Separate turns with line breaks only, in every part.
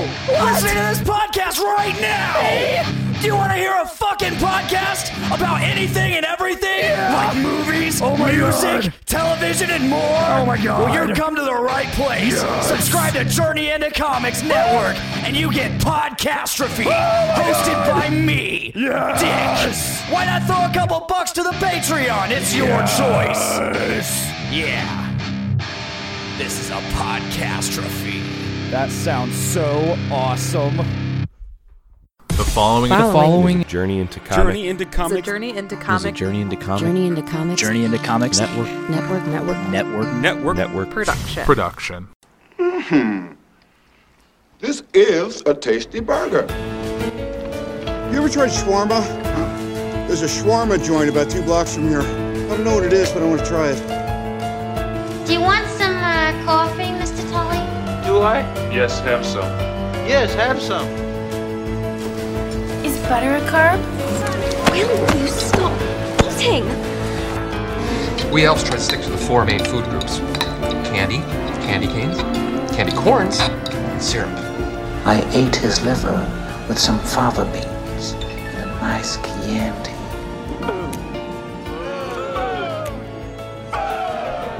listening to this podcast right now. Do you want to hear a fucking podcast about anything and everything? Like movies, oh my music, television, and more? Oh
my God.
Well, you've come to the right place. Subscribe to Journey into Comics Network, and you get Podcastrophe, hosted by me, Dick. Why not throw a couple bucks to the Patreon? It's your choice. Yeah. This is a podcastrophe.
That sounds so awesome.
Um,
The following
The following
Journey into comic.
Journey into
It's a
comics
journey into
is a
comic
journey into comic
Journey into Comics
Journey into Comics
network
Network Network
Network.
network.
network.
production.
production.
This is a tasty burger. You ever tried shawarma? There's a shawarma joint about two blocks from here. I don't know what it is, but I want to try it.
Do you want some uh, coffee, Mr. Tully?
Is butter a carb?
Will you stop eating?
We elves try to stick to the four main food groups candy, candy canes, candy corns, and syrup.
I ate his liver with some fava beans and a nice chianti.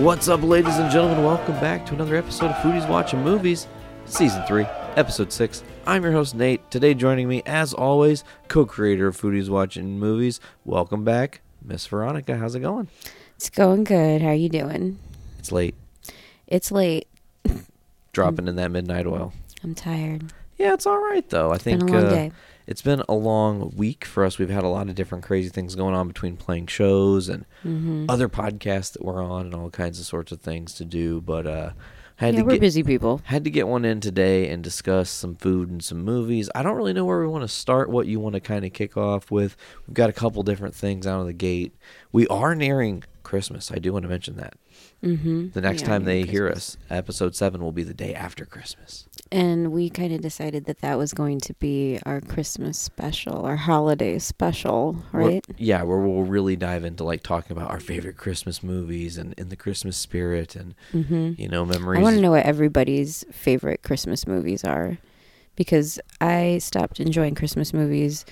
What's up, ladies and gentlemen? Welcome back to another episode of Foodies Watching Movies, Season 3, Episode 6. I'm your host, Nate. Today, joining me, as always, co creator of Foodies Watching Movies. Welcome back, Miss Veronica. How's it going?
It's going good. How you doing?
It's late,
It's late.
dropping in that midnight oil.
I'm tired.
Yeah, it's all right though. I
been
think
a long
uh,
day.
it's been a long week for us. We've had a lot of different crazy things going on between playing shows and
Mm-hmm.
other podcasts that we're on and all kinds of sorts of things to do. But uh, had
Yeah,
to
we're
get,
busy people.
Had to get one in today and discuss some food and some movies. I don't really know where we want to start. What you want to kind of kick off with? We've got a couple different things out of the gate. We are nearing Christmas. I do want to mention that. Mm-hmm. The next
Yeah,
time they
nearing
hear us, episode seven will be the day after Christmas.
And we kind of decided that that was going to be our Christmas special, our holiday special,
We're-
right?
yeah, where we'll really dive into like talking about our favorite Christmas movies and in the Christmas spirit and
Mm-hmm.
you know memories.
I want to know what everybody's favorite Christmas movies are because I stopped enjoying Christmas movies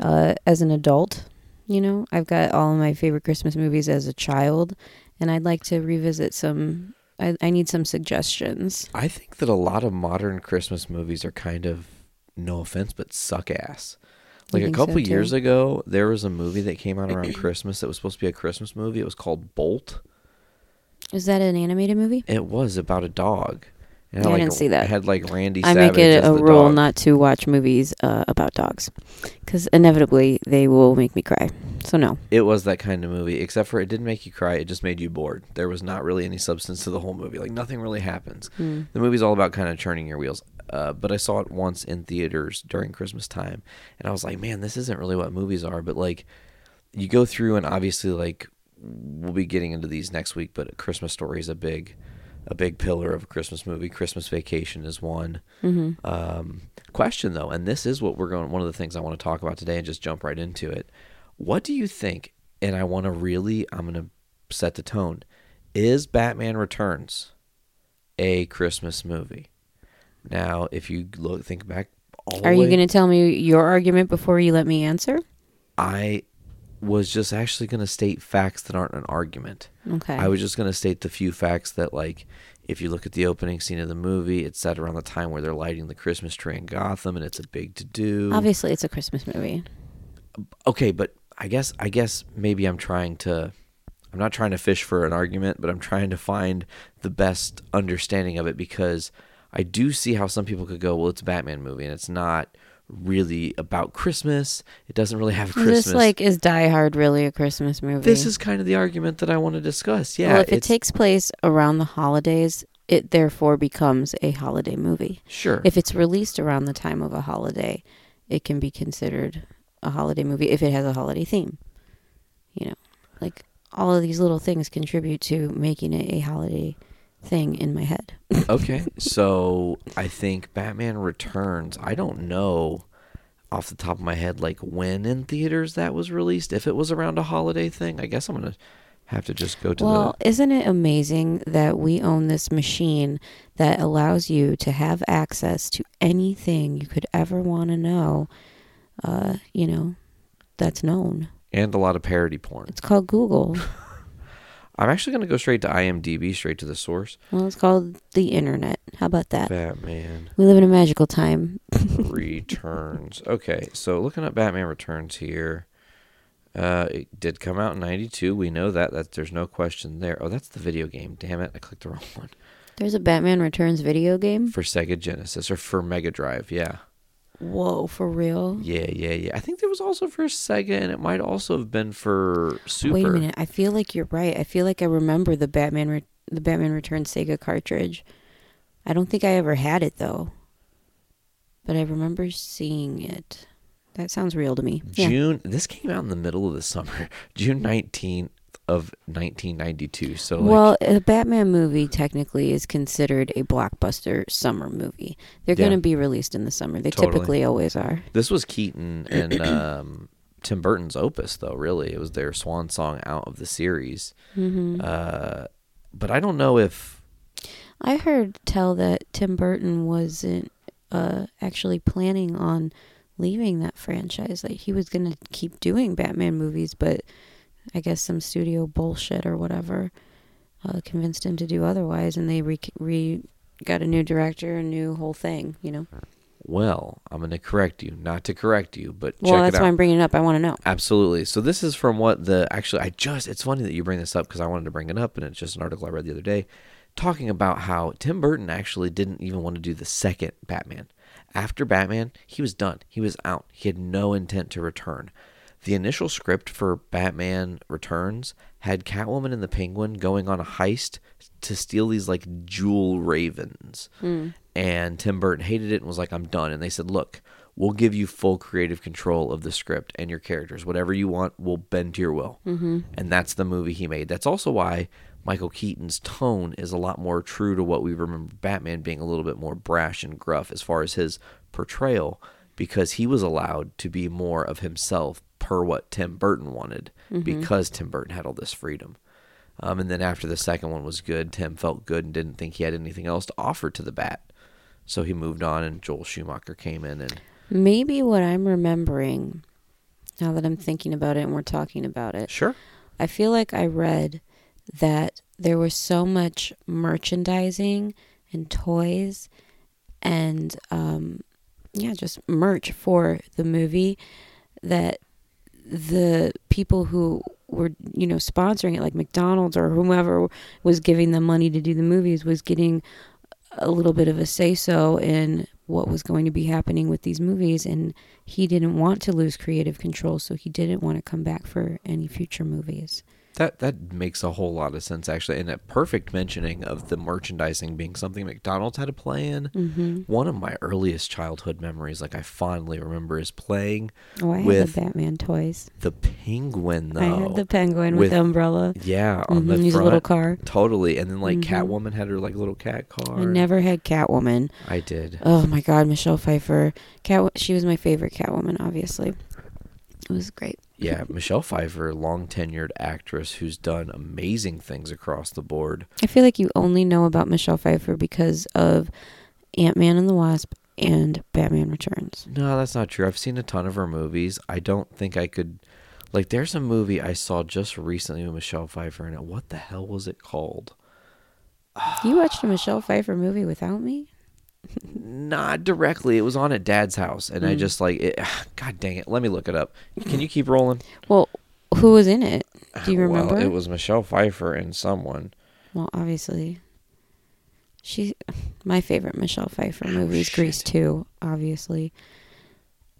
uh, as an adult. You know, I've got all of my favorite Christmas movies as a child, and I'd like to revisit some. I, I need some suggestions.
I think that a lot of modern Christmas movies are kind of no offense but suck ass.
You
Like a
think so,
couple years
too?
ago, there was a movie that came out around Christmas that was supposed to be a Christmas movie. It was called Bolt.
Is that an animated movie?
It was about a dog. It had,
Yeah, I
like,
didn't
a-
see that.
It had like Randy.
I
Savage
make it
as
a
the
rule
dog.
not to watch movies uh, about dogs because inevitably they will make me cry. So, no.
It was that kind of movie, except for it didn't make you cry. It just made you bored. There was not really any substance to the whole movie. Like nothing really happens. The movie's all about kind of churning your wheels. Uh, but I saw it once in theaters during Christmas time, and I was like, man, this isn't really what movies are. But like, you go through, and obviously, like, we'll be getting into these next week. But Christmas Story is a big, a big pillar of a Christmas movie. Christmas Vacation is one
Mm-hmm.
um, question though, and this is what we're going. One of the things I want to talk about today, and just jump right into it. What do you think? And I want to really, I'm going to set the tone. Is Batman Returns a Christmas movie? Now, if you look, think back. All the
Are you
way-
going to tell me your argument before you let me answer?
I was just actually going to state facts that aren't an argument.
Okay.
I was just going to state the few facts that, like, if you look at the opening scene of the movie, it's set around the time where they're lighting the Christmas tree in Gotham, and it's a big to do.
Obviously, it's a Christmas movie.
Okay, but I guess I guess maybe I'm trying to. I'm not trying to fish for an argument, but I'm trying to find the best understanding of it because I do see how some people could go, well, it's a Batman movie and it's not really about Christmas. It doesn't really have a
Is
Christmas.
This like is Die Hard really a Christmas movie?
This is kind of the argument that I want to discuss. Yeah,
well, if it
it's-
takes place around the holidays, it therefore becomes a holiday movie.
sure.
If it's released around the time of a holiday, it can be considered a holiday movie if it has a holiday theme. You know, like all of these little things contribute to making it a holiday thing in my head.
okay, so I think Batman Returns. I don't know off the top of my head like when in theaters that was released. If it was around a holiday thing, I guess I'm gonna have to just go to
Well, isn't it amazing that we own this machine that allows you to have access to anything you could ever want to know? Uh, you know, that's known.
the and a lot of parody porn.
It's called Google.
I'm actually gonna go straight to IMDb, straight to the source.
well, it's called the internet. How about that?
Batman
We live in a magical time.
Returns. Okay, so looking up Batman Returns here. Uh, it did come out in '92. We know that. That there's no question there. Oh, that's the video game. Damn it! I clicked the wrong one.
There's a Batman Returns video game.
For Sega Genesis or for Mega Drive. Yeah.
Whoa, for real?
Yeah, yeah, yeah. I think there was also for Sega, and it might also have been for Super.
Wait a minute. I feel like you're right. I feel like I remember the Batman re- the Batman Returns Sega cartridge. I don't think I ever had it though. But I remember seeing it. That sounds real to me. Yeah.
June. This came out in the middle of the summer, June nineteenth of nineteen ninety two. So like,
Well, a Batman movie technically is considered a blockbuster summer movie. They're
Yeah.
going to be released in the summer. They
Totally.
typically always are.
this was Keaton and um, Tim Burton's opus, though. Really, it was their swan song out of the series.
Mm-hmm.
Uh, but I don't know if
I heard tell that Tim Burton wasn't uh, actually planning on leaving that franchise. Like he was gonna keep doing Batman movies, but I guess some studio bullshit or whatever uh, convinced him to do otherwise, and they re, re got a new director, a new whole thing. You know.
well, I'm going to correct you, not to correct you, but
Well,
check
that's
it out.
why I'm bringing it up. I want to know.
Absolutely. So this is from what the actually I just it's funny that you bring this up because I wanted to bring it up and it's just an article I read the other day talking about how Tim Burton actually didn't even want to do the second Batman. After Batman, he was done. He was out. He had no intent to return. The initial script for Batman Returns had Catwoman and the Penguin going on a heist to steal these like jewel ravens. And Tim Burton hated it and was like, I'm done. And they said, Look, we'll give you full creative control of the script and your characters. Whatever you want, we'll bend to your will. Mm-hmm. And that's the movie he made. That's also why Michael Keaton's tone is a lot more true to what we remember Batman being a little bit more brash and gruff as far as his portrayal, because he was allowed to be more of himself per what Tim Burton wanted, because Tim Burton had all this freedom. Um, and then after the second one was good, Tim felt good and didn't think he had anything else to offer to the Bat. So he moved on, and Joel Schumacher came in and
Maybe what I'm remembering now that I'm thinking about it and we're talking about it.
Sure.
I feel like I read that there was so much merchandising and toys and um, yeah, just merch for the movie that the people who were you know sponsoring it, like McDonald's or whomever was giving them money to do the movies, was getting a little bit of a say so in what was going to be happening with these movies and he didn't want to lose creative control so he didn't want to come back for any future movies
That that makes a whole lot of sense actually, and a perfect mentioning of the merchandising being something McDonald's had a play in.
Mm-hmm.
One of my earliest childhood memories, like I fondly remember, is playing
oh i had
with
the batman toys
the penguin. Though
i had the penguin with,
With-
the umbrella
yeah, on the
Mhm, he's a
front.
little car. Mm-hmm.
Totally, and then like Catwoman had her like little cat car.
i never had catwoman
I did.
oh my god michelle pfeiffer cat she was my favorite catwoman obviously it was great
Yeah, Michelle Pfeiffer, long tenured actress who's done amazing things across the board.
i feel like you only know about michelle pfeiffer because of ant-man and the wasp and batman returns
No, that's not true. I've seen a ton of her movies. I don't think I could. Like, there's a movie I saw just recently with Michelle Pfeiffer in it. What the hell was it called?
you watched a michelle pfeiffer movie without me
Not directly. It was on at Dad's house, and I
Mm.
just like, it, God dang it! Let me look it up. Can you keep rolling?
well who was in it do you remember
Well, it was Michelle Pfeiffer and someone.
Well, obviously. She my favorite Michelle
Oh,
Pfeiffer movie is Grease 2, obviously.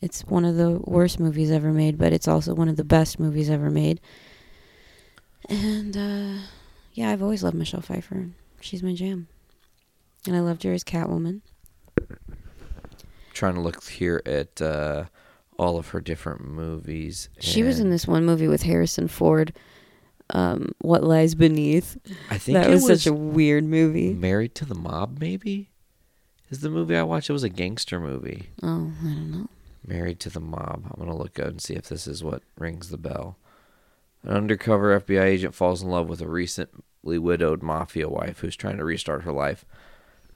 It's one of the worst movies ever made, but it's also one of the best movies ever made. And uh yeah, I've always loved Michelle Pfeiffer. She's my jam. And I loved her as Catwoman.
Trying to look here at uh, all of her different movies.
She was in
and
this one movie with Harrison Ford, um, What Lies Beneath.
I think
That
it
was, such a weird movie.
Married to the Mob. Maybe is the movie I watched. It was a gangster movie.
Oh, I don't know.
Married to the Mob. I'm gonna look up and see if this is what rings the bell. An undercover FBI agent falls in love with a recently widowed mafia wife who's trying to restart her life.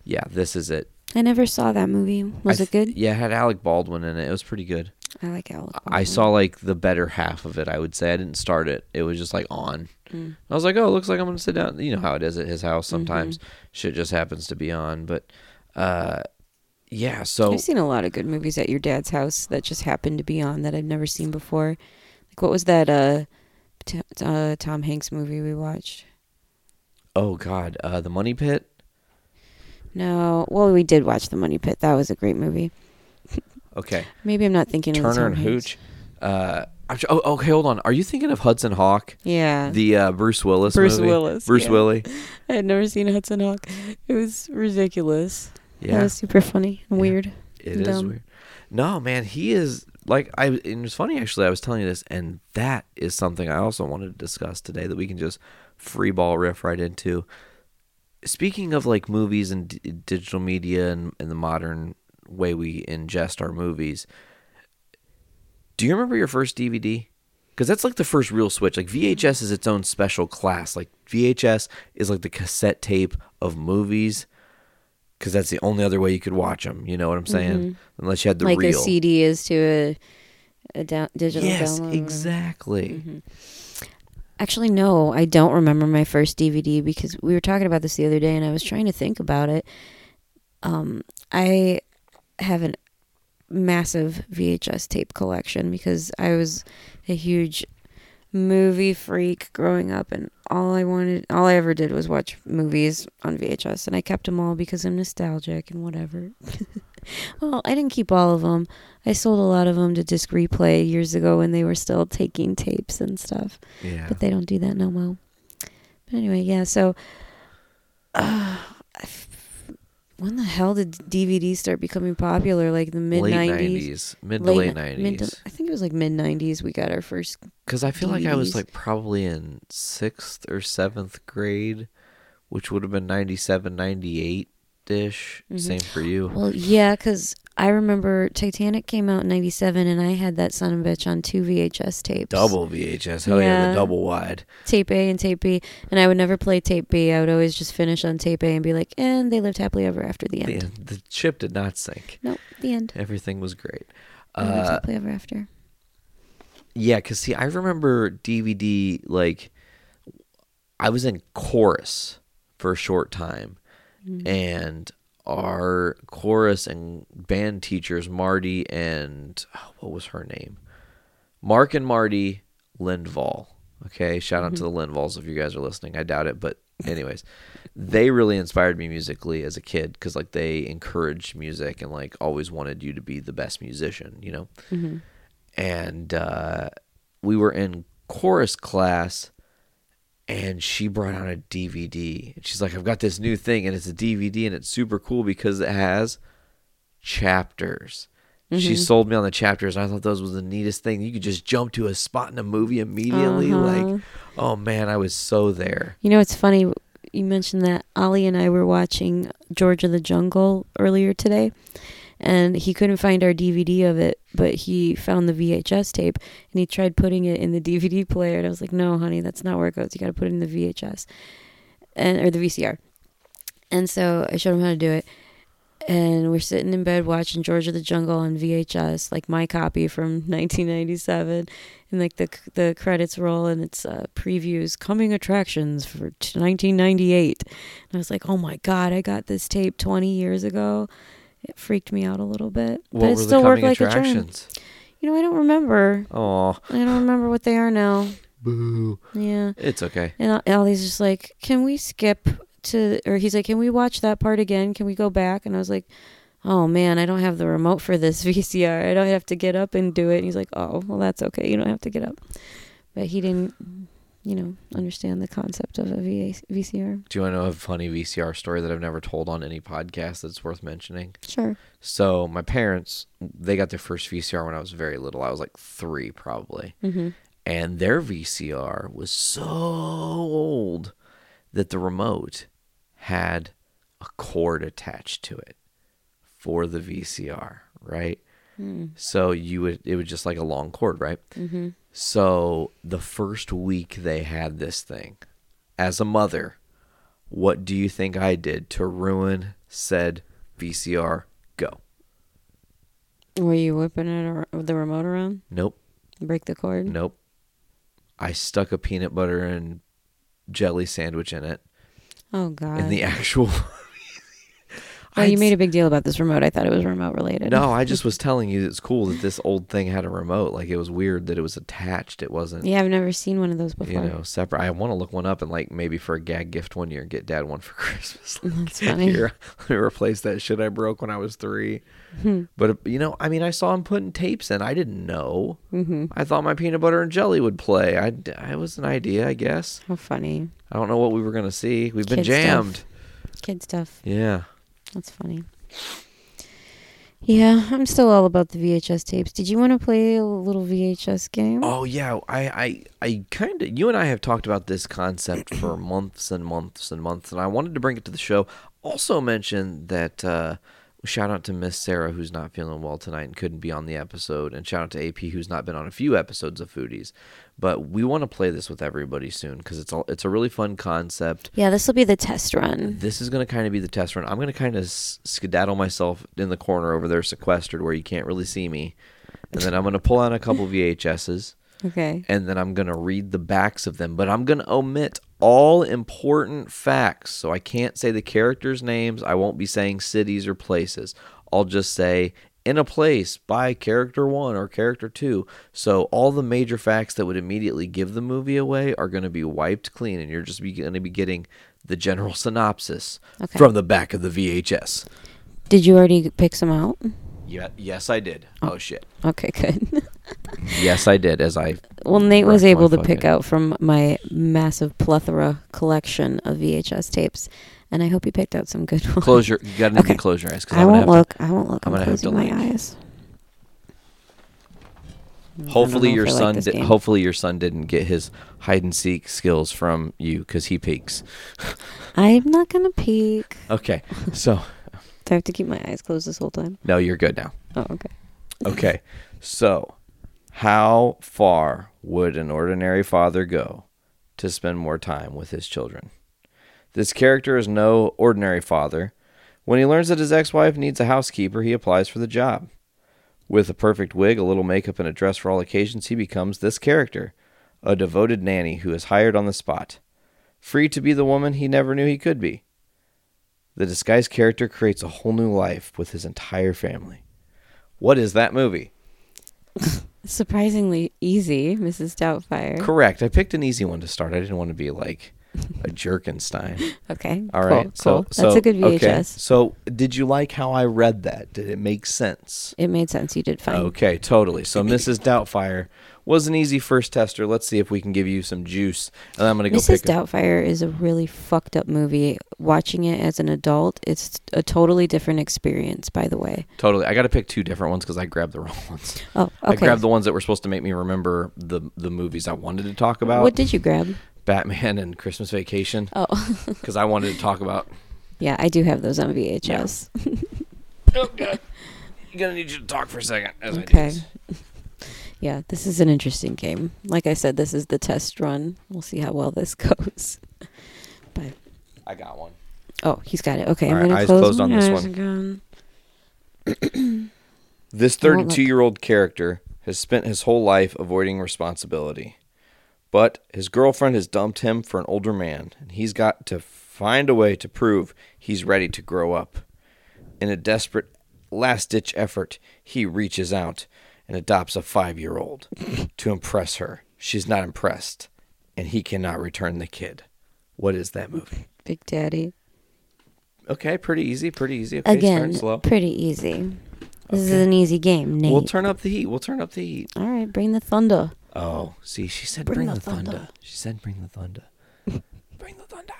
Yeah, this is it.
I never saw that movie. Was
I
it
th-
good?
Yeah, it had Alec Baldwin in it. It was pretty good.
I like Alec.
I saw like the better half of it. I would say I didn't start it. It was just like on.
Mm.
I was like, oh, it looks like I'm gonna sit down. You know how it is at his
Mm-hmm.
house sometimes. Shit just happens to be on. But uh, yeah. So
I've seen a lot of good movies at your dad's house that just happened to be on that I've never seen before. Like what was that uh, t- uh Tom Hanks movie we watched?
oh god, uh, the Money Pit.
No, well we did watch The Money Pit. That was a great movie.
Okay,
Maybe I'm not thinking of the
Turner
Tom
and
Hanks.
Hooch. Uh, I'm tr- oh, okay, hold on. Are you thinking of Hudson Hawk?
Yeah.
The uh, Bruce Willis.
Bruce
movie?
Willis,
Bruce
yeah.
Willie.
I had never seen Hudson Hawk. It was ridiculous. Yeah.
Yeah.
That was super funny and weird.
It is
Dumb.
weird. No, man, he is like I. and It was funny actually. I was telling you this, and that is something I also wanted to discuss today that we can just free ball riff right into. Speaking of like movies and d- digital media and, and the modern way we ingest our movies, do you remember your first DVD? Because that's like the first real switch. Like VHS is its own special class. Like VHS is like the cassette tape of movies. Because that's the only other way you could watch them. You know what I'm saying? Unless you had the
Mm-hmm. like
reel.
a CD is to a a down, digital
yes,
download.
exactly.
Mm-hmm. Actually, no, I don't remember my first DVD because we were talking about this the other day, and I was trying to think about it. Um, I have a massive VHS tape collection because I was a huge movie freak growing up, and all I wanted, all I ever did was watch movies on VHS, and I kept them all because I'm nostalgic and whatever. well, I didn't keep all of them. I sold a lot of them to Disc Replay years ago when they were still taking tapes and stuff
Yeah.
Mm-hmm. but they don't do that no more. But anyway, yeah. So, uh, when the hell did DVD start becoming popular? Like the mid
late
nineties,
mid to late nineties.
I think it was like mid nineties. We got our first.
Because I feel like I was
DVDs.
like probably in sixth or seventh grade, which would have been 97, 98 ish. Same for you.
Mm-hmm. Well, yeah, because I remember Titanic came out in ninety seven, and I had that son of a bitch on two VHS tapes.
Double VHS. Hell yeah, the
Yeah.
double wide.
tape A and tape B, and I would never play tape B. I would always just finish on tape A and be like, and they lived happily ever after. The end.
The, the ship did not sink.
Nope, the end.
Everything was great.
They lived
Uh,
happily ever after.
yeah, because see, I remember DVD, like, I was in chorus for a short time. And our chorus and band teachers, Marty and oh, what was her name? Mark and Marty Lindvall. Okay, shout out to the Lindvalls if you guys are listening. I doubt it, but anyways, they really inspired me musically as a kid because like they encouraged music and like always wanted you to be the best musician, you know. And uh, we were in chorus class, and she brought out a DVD. And she's like, "I've got this new thing, and it's a DVD, and it's super cool because it has chapters." She
Mm-hmm.
sold me on the chapters, and I thought those was the neatest thing. You could just jump to a spot in a movie immediately.
Uh-huh.
Like, oh man, I was so there.
You know, it's funny. You mentioned that Ollie and I were watching George of the Jungle earlier today, and he couldn't find our DVD of it, but he found the VHS tape and he tried putting it in the DVD player. And I was like, no, honey, that's not where it goes. You got to put it in the VHS and or the VCR. And so I showed him how to do it. And we're sitting in bed watching George of the Jungle on VHS, like my copy from 1997, and like the the credits roll and it's uh, previews, coming attractions for t- 1998. And I was like, oh my god, I got this tape 20 years ago. It freaked me out a little bit,
What
but it
were
still
the
worked
coming
like a charm.
attractions?
You know, I don't remember.
Oh,
I don't remember what they are now.
boo!
Yeah.
It's okay.
And Al- Allie's just like, "Can we skip to?" Or he's like, "Can we watch that part again? Can we go back?" And I was like, "Oh man, I don't have the remote for this VCR. I don't have to get up and do it." And he's like, "Oh, well, that's okay. You don't have to get up." But he didn't, you know, understand the concept of a VA- VCR.
Do you want to know a funny VCR story that I've never told on any podcast that's worth mentioning?
Sure.
So my parents, they got their first VCR when I was very little. I was like three, probably. And their VCR was so old that the remote had a cord attached to it for the VCR, right? So you would, it was just like a long cord, right? So the first week they had this thing, as a mother, what do you think I did to ruin said VCR? Go.
Were you whipping it ar- the remote around?
Nope.
Break the cord?
Nope. I stuck a peanut butter and jelly sandwich in it
Oh God.
in the actual.
well,
I'd
you made a big deal about this remote. I thought it was remote related.
No, I just was telling you it's cool that this old thing had a remote. Like it was weird that it was attached. It wasn't,
Yeah, I've never seen one of those before.
you know, separate. I want to look one up and like maybe for a gag gift one year get dad one for Christmas. Like,
That's funny.
Here, let me replace that shit I broke when I was three.
Hmm.
But uh, you know, I mean, I saw him putting tapes in. I didn't know. Mm-hmm. I thought my peanut butter and jelly would play. I, I was an idea, I guess.
How funny.
I don't know what we were gonna see. We've been
Kid stuff.
jammed.
Kid stuff.
Yeah.
That's funny. Yeah, I'm still all about the VHS tapes. Did you want to play a little VHS game?
Oh yeah, I I, I kind of you and I have talked about this concept for months and months and months, and I wanted to bring it to the show. Also mention that uh, shout out to Miss Sarah who's not feeling well tonight and couldn't be on the episode, and shout out to AP who's not been on a few episodes of Foodies. But we want to play this with everybody soon because it's all it's a really fun concept.
Yeah, this will be the test run.
This is going to kind of be the test run. I'm going to kind of s- skedaddle myself in the corner over there, sequestered where you can't really see me, and then I'm going to pull out a couple VHSs
Okay.
and then I'm going to read the backs of them, but I'm going to omit all important facts. So I can't say the characters' names. I won't be saying cities or places. I'll just say in a place by character one or character two. So all the major facts that would immediately give the movie away are going to be wiped clean, and you're just going to be getting the general synopsis
Okay.
from the back of the VHS.
Did you already pick some out?
Yeah, yes, I did. Oh, shit.
Okay, good.
Yes, I did. As I
well, Nate was
Wrecked my
able to pick
fucking-
out from my massive plethora collection of VHS tapes, and I hope you picked out some good ones.
close your, you got to
Okay.
close your eyes. 'cause
I
I'm gonna
won't
have to-
look. I won't look.
I'm
I'm,
gonna have to
closing my
leave.
eyes.
Hopefully
know
your
if I like
son.
this
di-
game.
hopefully your son didn't get his hide and seek skills from you because he peeks.
I'm not gonna peek.
Okay, so
Do I have to keep my eyes closed this whole time?
no, you're good now.
Oh, okay.
Okay, so how far would an ordinary father go to spend more time with his children? This character is no ordinary father. When he learns that his ex-wife needs a housekeeper, he applies for the job. With a perfect wig, a little makeup, and a dress for all occasions, he becomes this character a devoted nanny who is hired on the spot, free to be the woman he never knew he could be. The disguised character creates a whole new life with his entire family. What is that movie?
Surprisingly easy, Mrs. Doubtfire.
Correct. I picked an easy one to start. I didn't want to be like a jerkenstein.
okay.
All
cool,
right.
Cool.
So,
That's
so-
a good
okay.
VHS.
So, did you like how I read that? Did it make sense?
It made sense. You did fine.
Okay, totally. So Mrs. Doubtfire was an easy first tester. Let's see if we can give you some juice. And I'm gonna go
Mrs.
pick. a-
Doubtfire is a really fucked up movie. Watching it as an adult, it's a totally different experience, by the way.
totally. I got to pick two different ones because I grabbed the wrong ones.
Oh,
I
okay.
grabbed the ones that were supposed to make me remember the the movies I wanted to talk about.
What did you grab?
Batman and Christmas Vacation.
Oh,
Because I wanted to talk about.
yeah, I do have those on VHS.
I'm gonna need you to talk for a second. As I do
Okay.
this.
Yeah, this is an interesting game. Like I said, this is the test run. We'll see how well this goes. But
I got one.
oh, he's got it. Okay, I'm
All right,
gonna
eyes
close
closed
my
on this
eyes
one.
again.
This
I won't look.
32 year old character has spent his whole life avoiding responsibility. But his girlfriend has dumped him for an older man, and he's got to find a way to prove he's ready to grow up. In a desperate last ditch effort, he reaches out and adopts a five year old to impress her. She's not impressed, and he cannot return the kid. What is that movie?
Big Daddy.
Okay, pretty easy, pretty easy. Okay,
Again,
starting slow.
pretty easy. This is an easy game, Nate.
We'll turn up the heat. We'll turn up the heat.
All right, bring the thunder.
Oh, see, she said bring, the, thunder. She said bring the thunder. bring the thunder.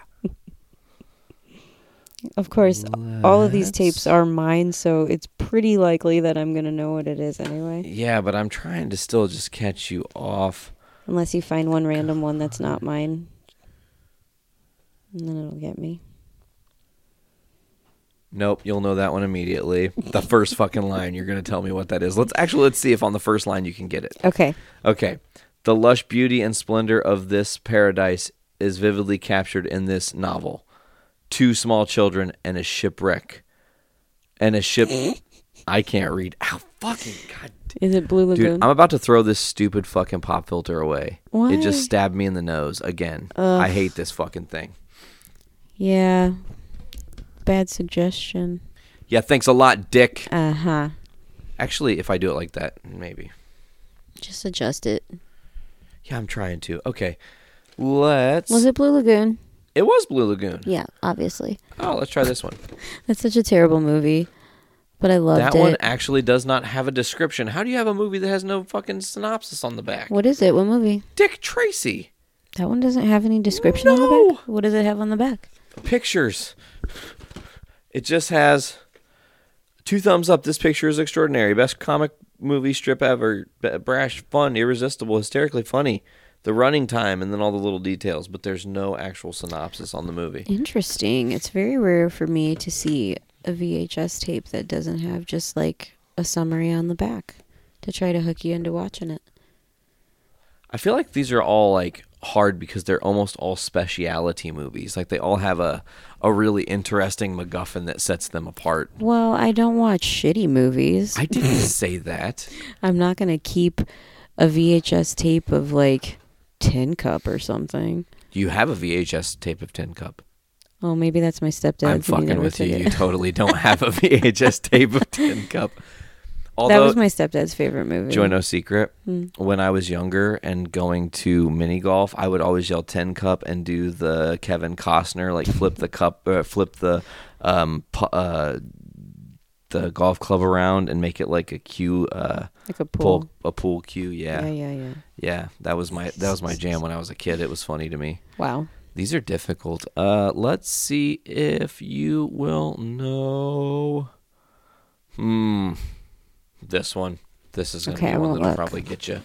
Of course, all of these tapes are mine, so it's pretty likely that I'm going to know what it is anyway.
Yeah, but I'm trying to still just catch you off.
Unless you find one random one that's not mine. And then it'll get me.
Nope, you'll know that one immediately. The first fucking line, you're gonna tell me what that is. Let's actually let's see if on the first line you can get it.
Okay.
Okay. The lush beauty and splendor of this paradise is vividly captured in this novel. Two small children and a shipwreck. And a ship I can't read. Ow fucking god.
Is it Blue
Dude,
Lagoon?
I'm about to throw this stupid fucking pop filter away. It
Why?
just stabbed me in the nose again. I hate this fucking thing.
yeah. Bad suggestion.
Yeah, thanks a lot, Dick.
Uh huh.
Actually, if I do it like that, maybe.
Just adjust it.
Yeah, I'm trying to. Okay. Let's
Was it Blue Lagoon?
It was Blue Lagoon.
Yeah, obviously.
Oh, let's try this one.
That's such a terrible movie, but I loved
that
it.
one actually does not have a description. How do you have a movie that has no fucking synopsis on the back?
what is it? What movie?
Dick Tracy.
That one doesn't have any description on the
No!
back. What does it have on the back?
Pictures. It just has two thumbs up. This picture is extraordinary. Best comic movie strip ever. B- brash, fun, irresistible, hysterically funny. The running time and then all the little details, but there's no actual synopsis on the movie.
Interesting. It's very rare for me to see a VHS tape that doesn't have just like a summary on the back to try to hook you into watching it.
I feel like these are all like hard because they're almost all speciality movies. Like they all have a a really interesting MacGuffin that sets them apart.
Well, I don't watch shitty movies.
I didn't say that.
I'm not going to keep a VHS tape of like Tin Cup or something.
You have a VHS tape of Tin Cup.
Oh, maybe that's my stepdad.
I'm fucking with you. You totally don't have a VHS tape of Tin Cup. Although,
that was my Hmm. stepdad's favorite movie.
Joy no secret. When I was younger and going to mini golf, I would always yell ten cup and do the Kevin Costner like flip the cup, uh, flip the um pu- uh the golf club around and make it like a cue uh
Like a
pull,
pool.
a pool cue. Yeah.
Yeah,
yeah,
yeah, yeah.
That was my that was my jam when I was a kid. It was funny to me.
Wow.
These are difficult. Uh, let's see if you will know. Hmm. This one. This is going to
Okay, I
be one
won't
that'll
look.
probably get you.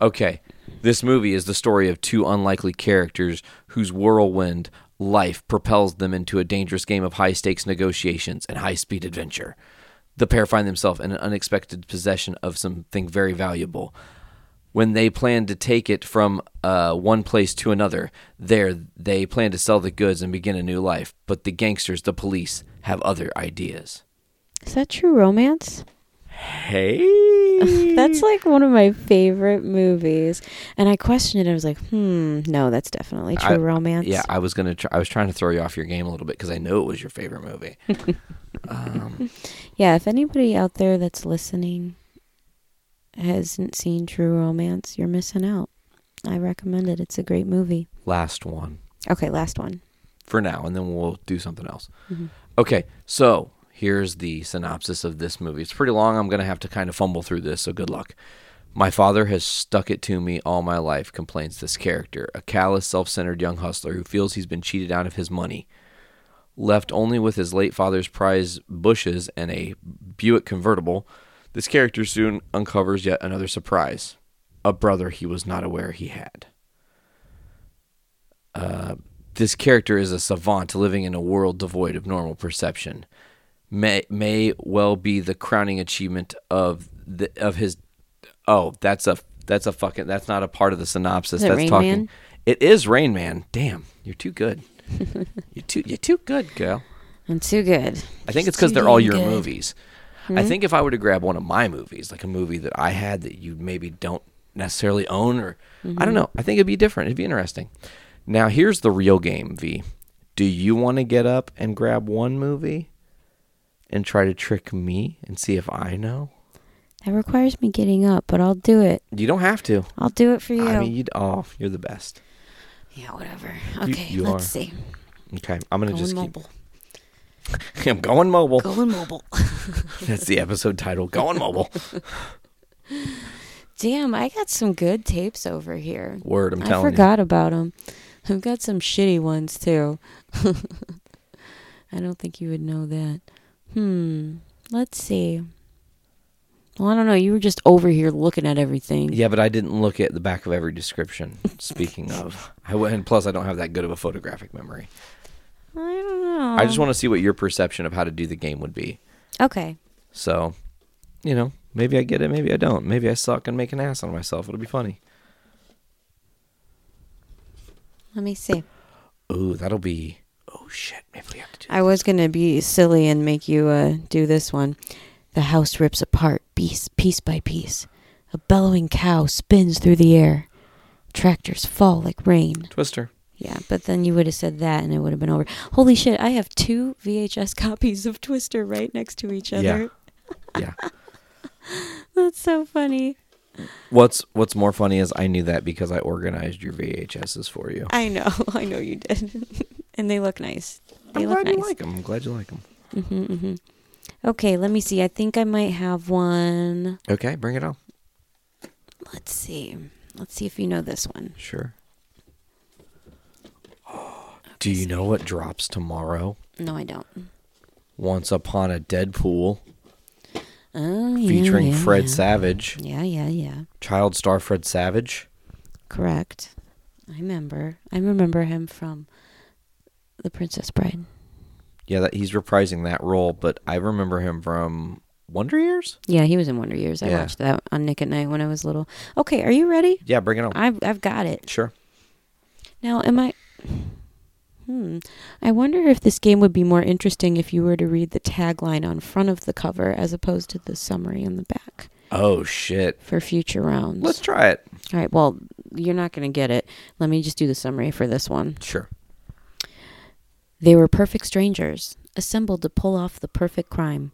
Okay. This movie is the story of two unlikely characters whose whirlwind life propels them into a dangerous game of high stakes negotiations and high speed adventure. The pair find themselves in an unexpected possession of something very valuable when they plan to take it from uh, one place to another. There, they plan to sell the goods and begin a new life. But the gangsters, the police, have other ideas.
Is that True Romance?
Hey,
That's like one of my favorite movies. And I questioned it. I was like, hmm, no, that's definitely True Romance.
Yeah, I was gonna. Try, I was trying to throw you off your game a little bit because I know it was your favorite movie.
Yeah, if anybody out there that's listening hasn't seen True Romance, you're missing out. I recommend it. It's a great movie.
Last one
Okay, last one.
for now, and then we'll do something else. Okay, so here's the synopsis of this movie. It's pretty long. I'm gonna have to kind of fumble through this. So good luck. My father has stuck it to me all my life, complains this character, a callous, self centered young hustler who feels he's been cheated out of his money. Left only with his late father's prize bushes and a Buick convertible, this character soon uncovers yet another surprise a brother he was not aware he had. Uh, this character is a savant living in a world devoid of normal perception. May, may well be the crowning achievement of the, of his Oh, that's a that's a fucking that's not a part of the synopsis.
Is it
that's
Rain
talking.
Man?
It is Rain Man. Damn, you're too good. you're too you're too good, girl.
I'm too good.
I think it's because they're all your movies. I
Hmm?
think if I were to grab one of my movies, like a movie that I had that you maybe don't necessarily own, or I
Mm-hmm.
don't know, I think it'd be different. It'd be interesting. Now, here's the real game, V. Do you want to get up and grab one movie and try to trick me and see if I know?
That requires me getting up, but I'll do it.
You don't have to.
I'll do it for you.
I mean, you'd, oh, you're the best.
yeah, whatever. Okay,
you
let's
are.
see.
Okay, I'm gonna
Going
just keep.
mobile.
I'm going mobile.
Going mobile.
That's the episode title. Going mobile.
Damn, I got some good tapes over here.
Word, I'm
I
telling
forgot about 'em. I've got some shitty ones too. I don't think you would know that. Hmm. Let's see. Well, I don't know. You were just over here looking at everything.
you. Yeah, but I didn't look at the back of every description. Speaking of, I went, and plus I don't have that good of a photographic memory.
I don't know.
I just want to see what your perception of how to do the game would be.
Okay.
So, you know, maybe I get it, maybe I don't. Maybe I suck and make an ass on myself. It'll be funny.
Let me see.
Ooh, that'll be. Oh shit! Maybe we have to do.
I was gonna be silly and make you uh, do this one. The house rips apart, piece piece by piece. A bellowing cow spins through the air. Tractors fall like rain.
Twister.
Yeah, but then you would have said that, and it would have been over. Holy shit! I have two VHS copies of Twister right next to each other.
Yeah. Yeah.
That's so funny.
What's What's more funny is I knew that because I organized your VHSs for you.
I know, I know you did, and they look nice. They
I'm
look
glad
nice.
you like them. I'm glad you like them.
Okay, let me see. I think I might have one.
Okay, bring it on.
Let's see. Let's see if you know this one.
Sure. Do you know what drops tomorrow?
No, I don't.
Once upon a Deadpool,
Oh, yeah,
featuring
yeah,
Fred
yeah.
Savage,
Yeah, yeah, yeah.
child star Fred Savage.
Correct. I remember. I remember him from The Princess Bride.
Yeah, that he's reprising that role, but I remember him from Wonder Years.
Yeah, he was in Wonder Years. I
Yeah.
watched that on Nick at Night when I was little. Okay, are you ready?
Yeah, bring it on.
I've I've got it.
sure.
Now, am I? Hmm. I wonder if this game would be more interesting if you were to read the tagline on front of the cover as opposed to the summary on the back
Oh shit.
for future rounds.
Let's try it.
All right. Well, you're not going to get it. Let me just do the summary for this one.
Sure.
They were perfect strangers, assembled to pull off the perfect crime.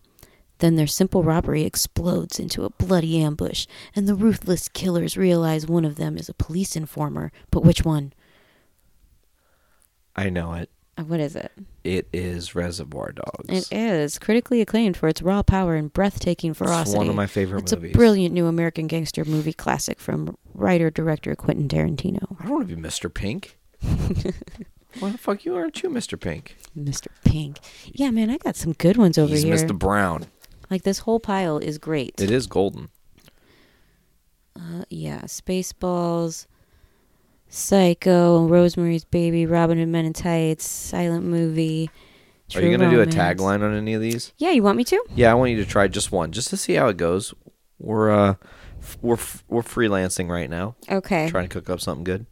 Then their simple robbery explodes into a bloody ambush, and the ruthless killers realize one of them is a police informer. But which one?
I know it.
Uh, What is it?
It is Reservoir
It
Dogs.
is critically acclaimed for its raw power and breathtaking ferocity.
one of my favorite
it's
movies.
a brilliant new American gangster movie classic from writer director Quentin Tarantino.
I don't want to be Mr. Pink. Why the fuck you aren't you Mr. Pink?
Mr. Pink. Yeah, man, I got some good ones over
he's
here.
Mr. Brown.
Like this whole pile is great.
It is golden.
Uh, yeah, Spaceballs, Psycho, Rosemary's Baby, Robin Hood Men in Tights, Silent Movie.
Are you
True
gonna do a
Romance.
tagline on any of these?
Yeah, you want me to?
Yeah, I want you to try just one, just to see how it goes. We're uh, f- we're f- we're freelancing right now,
Okay.
trying to cook up something good.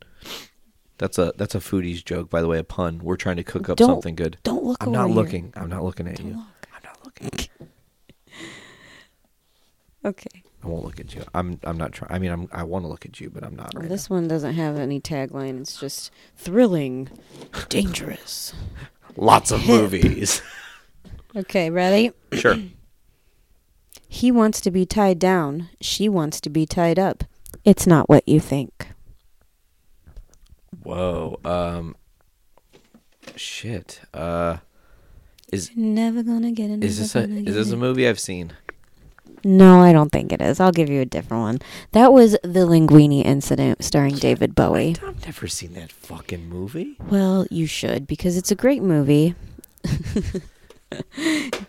That's a that's a foodie's joke, by the way, a pun. We're trying to cook up
Don't-
something good.
don't look
I'm
over
not
here.
looking. I'm not looking at you. I'm not looking.
Okay.
I won't look at you. I'm I'm not trying. I mean, I'm I want to look at you, but I'm not right.
This one doesn't have any tagline. It's just thrilling, dangerous.
now. Lots of movies.
Okay, ready?
sure.
He wants to be tied down. She wants to be tied up. It's not what you think.
Whoa. Um. Shit. Uh.
Never gonna get it.
Is this a is this a movie I've seen?
No, I don't think it is. I'll give you a different one. That was The Linguini Incident starring David Bowie.
I've never seen that fucking movie.
Well, you should because it's a great movie.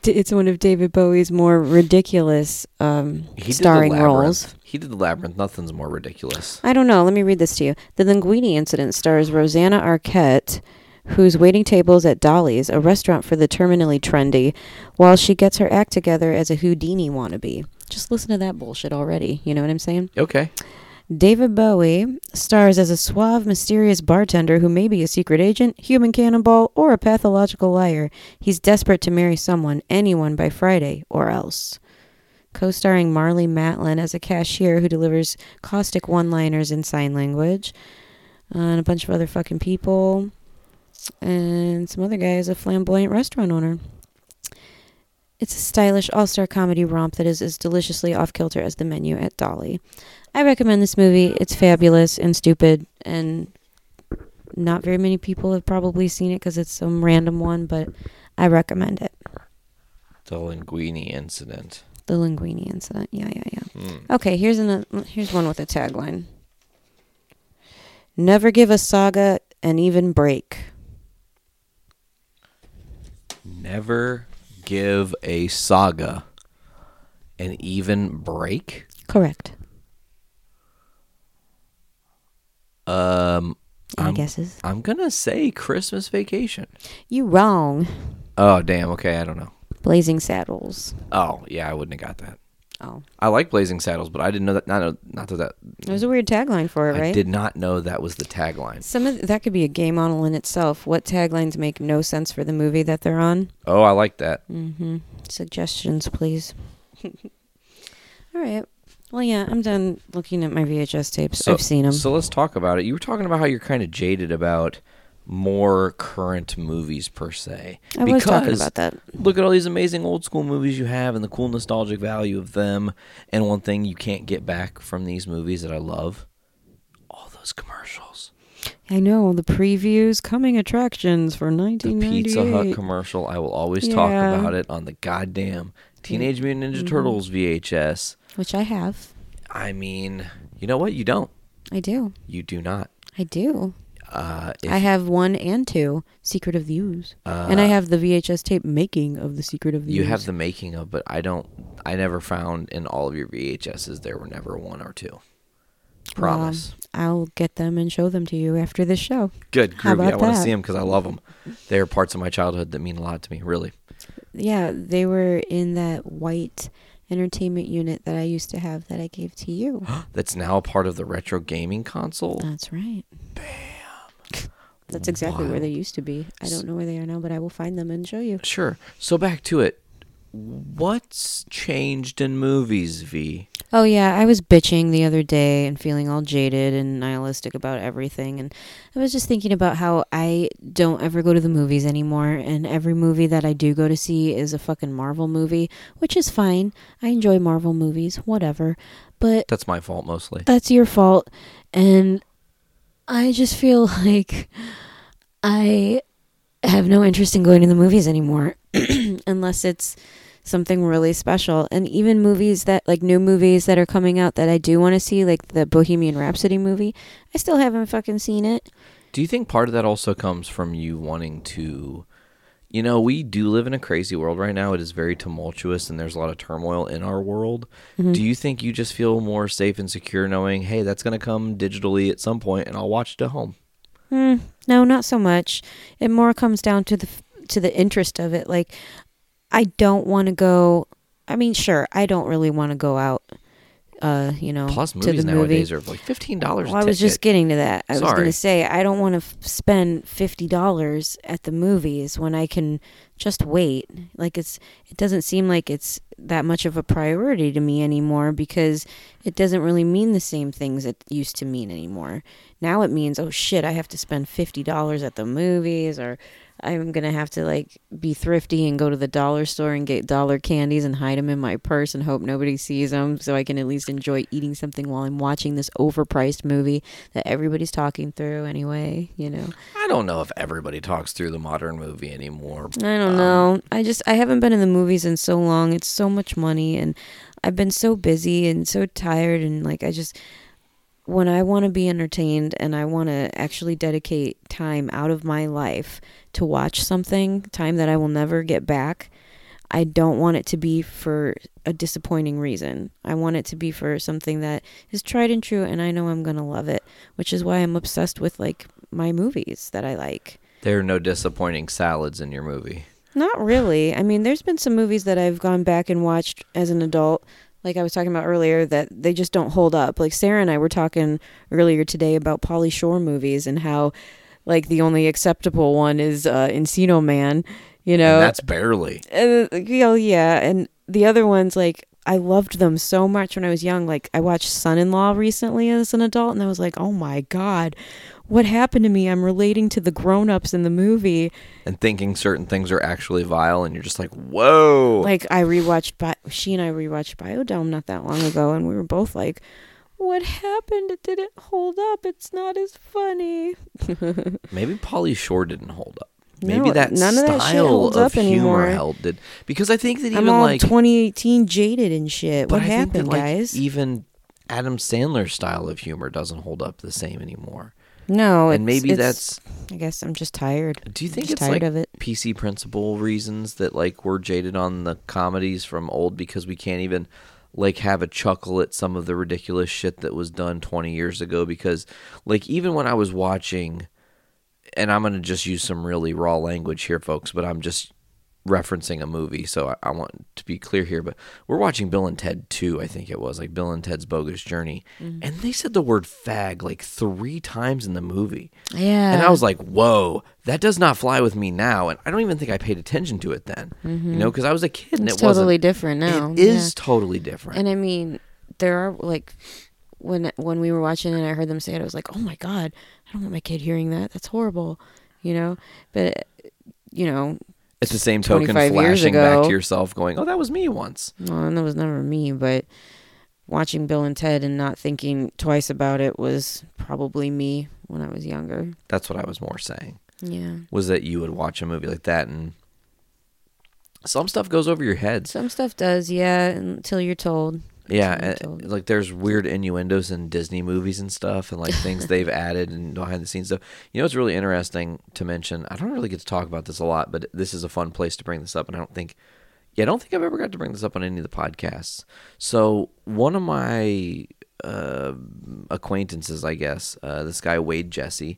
D- it's one of David Bowie's more ridiculous um,
He
starring
did the labyrinth.
roles.
He did the labyrinth. Nothing's more ridiculous.
I don't know. Let me read this to you. The Linguini Incident stars Rosanna Arquette, who's waiting tables at Dolly's, a restaurant for the terminally trendy, while she gets her act together as a Houdini wannabe. Just listen to that bullshit already. You know what I'm saying?
Okay.
David Bowie stars as a suave, mysterious bartender who may be a secret agent, human cannonball, or a pathological liar. He's desperate to marry someone, anyone, by Friday, or else. Co starring Marley Matlin as a cashier who delivers caustic one liners in sign language, uh, and a bunch of other fucking people, and some other guy is a flamboyant restaurant owner. It's a stylish all star comedy romp that is as deliciously off kilter as the menu at Dolly. I recommend this movie. It's fabulous and stupid, and not very many people have probably seen it because it's some random one, but I recommend it.
The Linguini incident.
The Linguini incident. Yeah, yeah, yeah.
Hmm.
Okay, here's an, here's one with a tagline. Never give a saga an even break.
Never give a saga an even break.
Correct.
Um,
Any
I'm-
guesses?
I'm gonna say Christmas Vacation.
You wrong.
Oh damn. Okay, I don't know.
Blazing Saddles.
Oh yeah, I wouldn't have got that.
Oh,
I like Blazing Saddles, but I didn't know that. Not know- not that, that
there's a weird tagline for it, right?
I did not know that was the tagline.
Some of that could be a game model in itself. What taglines make no sense for the movie that they're on?
Oh, I like that.
Mm-hmm. Suggestions, please. All right. Well, yeah, I'm done looking at my VHS tapes. I've seen them.
So let's talk about it. You were talking about how you're kind of jaded about more current movies per se.
I was talking about that.
Look at all these amazing old school movies you have and the cool nostalgic value of them. And one thing you can't get back from these movies that I love, all those commercials.
I know the previews, coming attractions for
The Pizza Hut
1998.
commercial. I will always talk
Yeah. Mm-hmm.
about it on the goddamn Teenage Mutant Ninja Turtles VHS.
which I have.
I mean, you know what? You don't.
I do.
You do not.
I do.
Uh, if Uh,
I have one and two, Secret of the Ooze, and I have the VHS tape making of the Secret of the
You
Ooze.
have the making of, but I don't. I never found in all of your VHSs there were never one or two.
Well,
Promise.
I'll get them and show them to you after this show.
Good,
how
groovy. I want
about
to
that?
see them because I love them. They are parts of my childhood that mean a lot to me. Really,
Yeah, they were in that white entertainment unit that I used to have that I gave to you.
that's now a part of the retro gaming console.
That's right. Bam. That's exactly where they used to be. I don't know where they are now, but I will find them and show you.
Sure. So back to it. What's changed in movies, V?
Oh yeah, I was bitching the other day and feeling all jaded and nihilistic about everything and I was just thinking about how I don't ever go to the movies anymore and every movie that I do go to see is a fucking Marvel movie, which is fine. I enjoy Marvel movies, whatever. But
That's my fault mostly.
that's your fault and i just feel like i have no interest in going to the movies anymore unless it's something really special and even movies that like new movies that are coming out that i do want to see like the bohemian rhapsody movie i still haven't fucking seen it
Do you think part of that also comes from you wanting to? You know, we do live in a crazy world right now. It is very tumultuous and there's a lot of turmoil in our world.
Mm-hmm.
Do you think you just feel more safe and secure knowing, hey, that's going to come digitally at some point and I'll watch it at home?
Hmm. No, not so much. It more comes down to the f- to the interest of it. Like I don't want to go I mean, sure, I don't really want to go out uh, you know,
Plus,
to
movies
the
nowadays
movie.
are like $15 a
Well, I was just
ticket.
getting to that. I was going
Sorry.
to say I don't want to f- spend fifty dollars at the movies when I can just wait. Like it's it doesn't seem like it's that much of a priority to me anymore because it doesn't really mean the same things it used to mean anymore. Now it means oh shit, I have to spend fifty dollars at the movies or. I'm gonna have to like be thrifty and go to the dollar store and get dollar candies and hide them in my purse and hope nobody sees them so I can at least enjoy eating something while I'm watching this overpriced movie that everybody's talking through anyway. You know,
I don't know if everybody talks through the modern movie anymore. Um,
I don't know. I just I haven't been in the movies in so long. It's so much money and I've been so busy and so tired and like I just when I want to be entertained and I want to actually dedicate time out of my life to watch something, time that I will never get back, I don't want it to be for a disappointing reason. I want it to be for something that is tried and true and I know I'm going to love it, which is why I'm obsessed with like my movies that I like.
There are no disappointing salads in your movie.
Not really. I mean, there's been some movies that I've gone back and watched as an adult, like I was talking about earlier, that they just don't hold up. Like Sarah and I were talking earlier today about Polly Shore movies and how, like, the only acceptable one is uh, Encino Man. You know,
And that's barely.
and uh, you know, yeah, and the other ones like I loved them so much when I was young. Like I watched Son in Law recently as an adult, and I was like, oh my god, what happened to me? I'm relating to the grown ups in the movie.
And thinking certain things are actually vile and you're just like, whoa.
Like I rewatched, Bi- she and I rewatched Biodome not that long ago, and we were both like. What happened? It didn't hold up. It's not as funny.
Maybe Polly Shore didn't hold up. Maybe
No,
that
none of
style
that
of,
shit holds up
humor
anymore.
helped it because I think that even
I'm all
like
2018 jaded and shit.
but
What
I think that,
happened,
like, e-,
guys?
Even Adam Sandler's style of humor doesn't hold up the same anymore.
no, Oh, it's,
and maybe
it's-
that's
I guess I'm just tired.
do you think
I'm just
it's
tired
like
of it?
PC principle reasons that like we're jaded on the comedies from old because we can't even like have a chuckle at some of the ridiculous shit that was done 20 years ago because like even when I was watching and I'm going to just use some really raw language here folks but I'm just referencing a movie, so I, I want to be clear here. But we're watching Bill and Ted Two, I think it was like Bill and Ted's Bogus Journey,
Mm-hmm.
and they said the word fag like three times in the movie.
Yeah.
And I was like, whoa, that does not fly with me now. And I don't even think I paid attention to it then, you know, because I was a kid and
Mm-hmm. It's
it wasn't.
totally different now.
It is totally different.
And I mean, there are like when when we were watching and I heard them say it, I was like, oh my god, I don't want my kid hearing that. That's horrible, you know. But you know,
At the same token,
25 years
flashing back
ago.
to yourself, going, "Oh, that was me once."
well, and that was never me, but watching Bill and Ted and not thinking twice about it was probably me when I was younger.
That's what I was more saying
Yeah.
was that you would watch a movie like that, and some stuff goes over your head.
Some stuff does, yeah, until you're told.
yeah,
Until you're
and,
told.
like there's weird innuendos in Disney movies and stuff, and like things they've added and behind the scenes stuff. You know, it's really interesting to mention. I don't really get to talk about this a lot, but this is a fun place to bring this up, and I don't think. Yeah, I don't think I've ever got to bring this up on any of the podcasts. So one of my uh, acquaintances, I guess, uh, this guy Wade Jesse,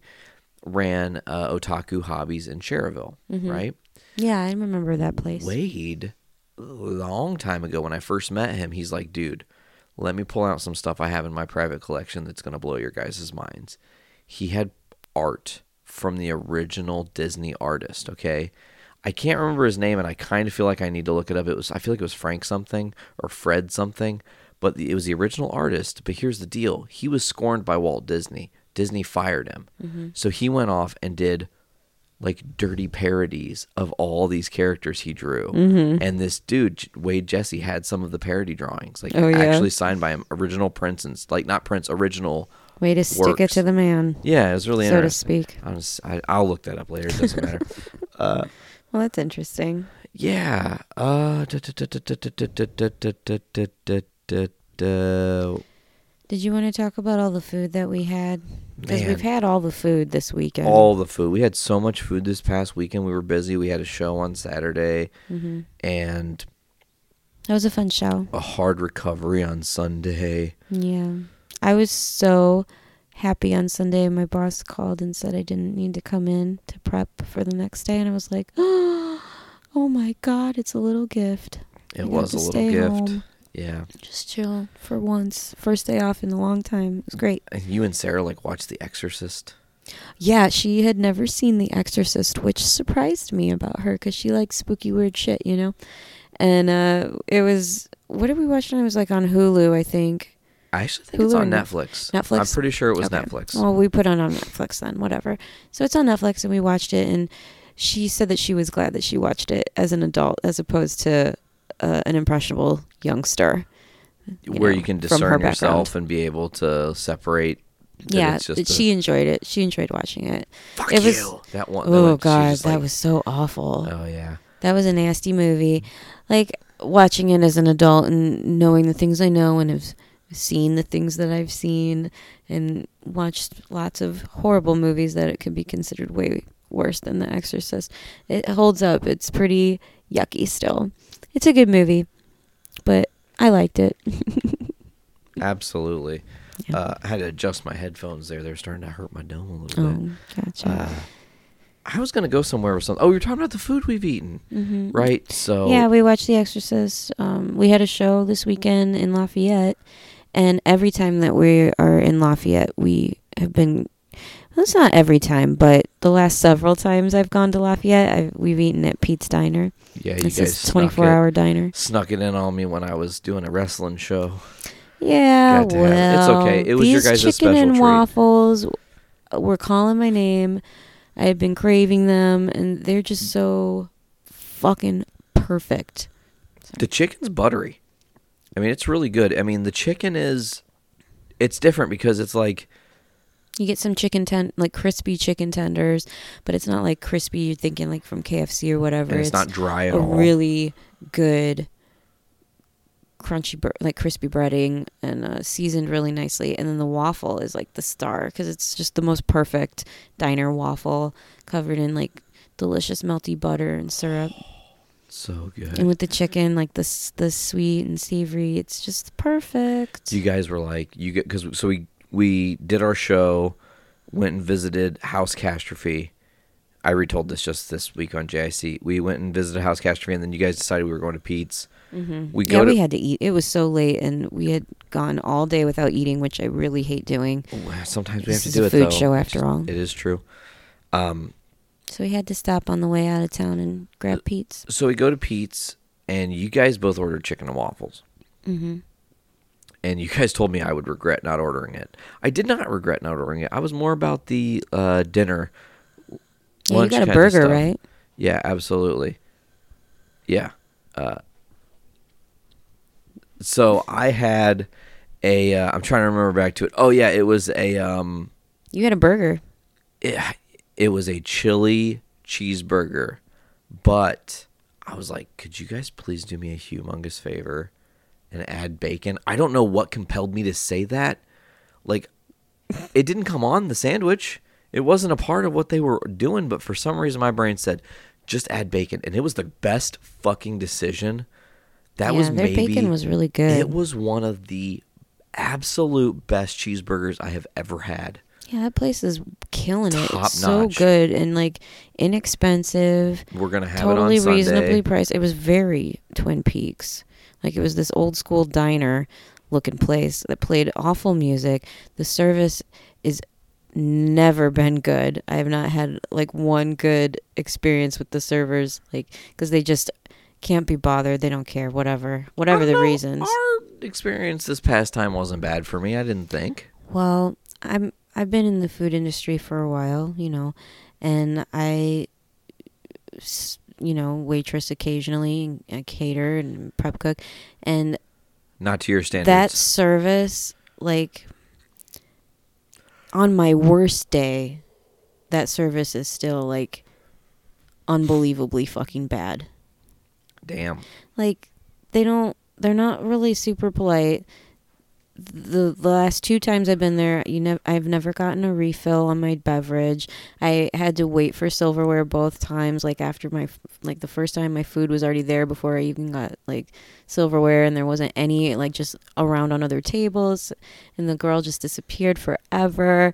ran uh, Otaku Hobbies in Cherville, right?
Yeah, I remember that place.
Wade, long time ago when I first met him, he's like, dude, let me pull out some stuff I have in my private collection that's going to blow your guys' minds. He had art from the original Disney artist, okay? I can't remember his name and I kind of feel like I need to look it up. It was I feel like it was Frank something or Fred something, but the, it was the original artist, but here's the deal. He was scorned by Walt Disney. Disney fired him. So he went off and did like dirty parodies of all these characters he drew.
Mm-hmm.
And this dude, J- Wade Jesse, had some of the parody drawings, like
Oh, yeah?
actually signed by him, original Prince and s- like not Prince, original.
Way to stick it
works.
to the man,
Yeah, it was really
so to
interesting.
speak.
I'm just, I, I'll look that up later. It doesn't matter.
Well, that's interesting.
yeah. Uh, da- da- da- da- da- da- da- da- da- da- da- da- da- da-
Did you want to talk about all the food that we had? Because
Man.
we've had all the food this weekend.
all the food. We had so much food this past weekend. We were busy. We had a show on Saturday and
Mm-hmm. That was a fun show.
a hard recovery on Sunday.
Yeah. I was so happy on Sunday. My boss called and said I didn't need to come in to prep for the next day. And I was like, oh my God, it's a little gift.
It
You got
was a
to
little
stay
gift.
home.
Yeah.
Just chill for once. First day off in a long time. It was great.
And you and Sarah like watched The Exorcist.
Yeah, she had never seen The Exorcist, which surprised me about her because she likes spooky, weird shit, you know? And uh, it was, what did we watch? And it was like on Hulu, I think.
I actually think it's
Hulu
on
or Net-
Netflix.
Netflix?
I'm pretty sure it was
Okay.
Netflix.
Well, we put it on Netflix then, whatever. So it's on Netflix, and we watched it, and she said that she was glad that she watched it as an adult, as opposed to uh, an impressionable youngster. you
Where
know,
you can
from her
discern yourself and be able to separate. that
yeah,
it's just
that
a-
she enjoyed it. She enjoyed watching it. it was,
that one. that
Oh
one- she's
god,
just
that
like,
was so awful.
Oh yeah.
That was a nasty movie. Like watching it as an adult and knowing the things I know and have seen the things that I've seen and watched lots of horrible movies that it could be considered way worse than The Exorcist. It holds up. It's pretty yucky still. It's a good movie, but I liked it.
Absolutely.
Yeah.
Uh, I had to adjust my headphones there. They're starting to hurt my dome a little bit.
Oh, gotcha.
uh, I was gonna go somewhere with something. Oh, you're talking about the food we've eaten,
Mm-hmm.
right? So
Yeah, we watched The Exorcist. Um, we had a show this weekend in Lafayette, and every time that we are in Lafayette, we have been. Well, it's not every time, but the last several times I've gone to Lafayette, I've, we've eaten at Pete's Diner.
yeah, you guys
It's this
snuck
24
it-
hour diner.
snuck it in on me when I was doing a wrestling show.
Yeah,
Got to have it. It's
well,
okay. It was your
these
guys'
chicken
special
and
treat.
waffles were calling my name. I had been craving them, and they're just so fucking perfect.
The chicken's buttery. I mean, it's really good. I mean, the chicken is it's different because it's like
You get some chicken ten like crispy chicken tenders, but it's not like crispy you're thinking like from KFC or whatever.
and it's, not dry at
a
all.
really good crunchy br- like crispy breading and uh, seasoned really nicely and then the waffle is like the star because it's just the most perfect diner waffle covered in like delicious melty butter and syrup
so
and
good.
with the chicken like the, s- the sweet and savory it's just perfect
You guys were like you get because so we we did our show, went and visited House Catastrophe, I retold this just this week on JIC. We went and visited House Castry, and then you guys decided we were going to Pete's. We go
Mm-hmm. yeah,
to
we had to eat. It was so late, and we had gone all day without eating, which I really hate doing.
sometimes we have
This
to
is
do
a
it.
food
though.
show
It's
after
just-
all.
it is true.
So we had to stop on the way out of town
Uh,
and grab Pete's.
So we go to Pete's, and you guys both ordered chicken and waffles. Mm-hmm. And you guys told me I would regret not ordering it. I did not regret not ordering it. I was more about the uh, dinner.
Yeah, you
lunch
got
kind
a
of
burger,
stuff.
right?
Yeah, absolutely. Yeah. Uh, so I had a. Uh, I'm trying to remember back to it. Oh yeah, it was a. Um,
You had a burger.
it, it was a chili cheeseburger, but I was like, could you guys please do me a humongous favor and add bacon? I don't know what compelled me to say that. Like, it didn't come on the sandwich. It wasn't a part of what they were doing, but for some reason my brain said, just add bacon. And it was the best fucking decision. That
Yeah,
was
their
maybe
bacon was really good.
It was one of the absolute best cheeseburgers I have ever had.
Yeah, that place is killing it.
Top
It's so
notch.
good and like inexpensive.
We're gonna have it on
totally reasonably
Sunday.
priced. It was very Twin Peaks. Like it was this old school diner looking place that played awful music. The service is never been good. I have not had like one good experience with the servers like cuz they just can't be bothered. They don't care whatever. Whatever the
No,
reasons.
Our experience this past time wasn't bad for me. I didn't think.
Well, I'm I've been in the food industry for a while, you know, and I, s- you know, waitress occasionally, and cater and prep cook, and
Not to your standards.
that service, like, on my worst day, that service is still like unbelievably fucking bad
damn.
like they don't they're not really super polite the, the last two times I've been there, you never I've never gotten a refill on my beverage. I had to wait for silverware both times. Like after my f- like the first time, my food was already there before I even got like silverware, and there wasn't any like just around on other tables, and the girl just disappeared forever.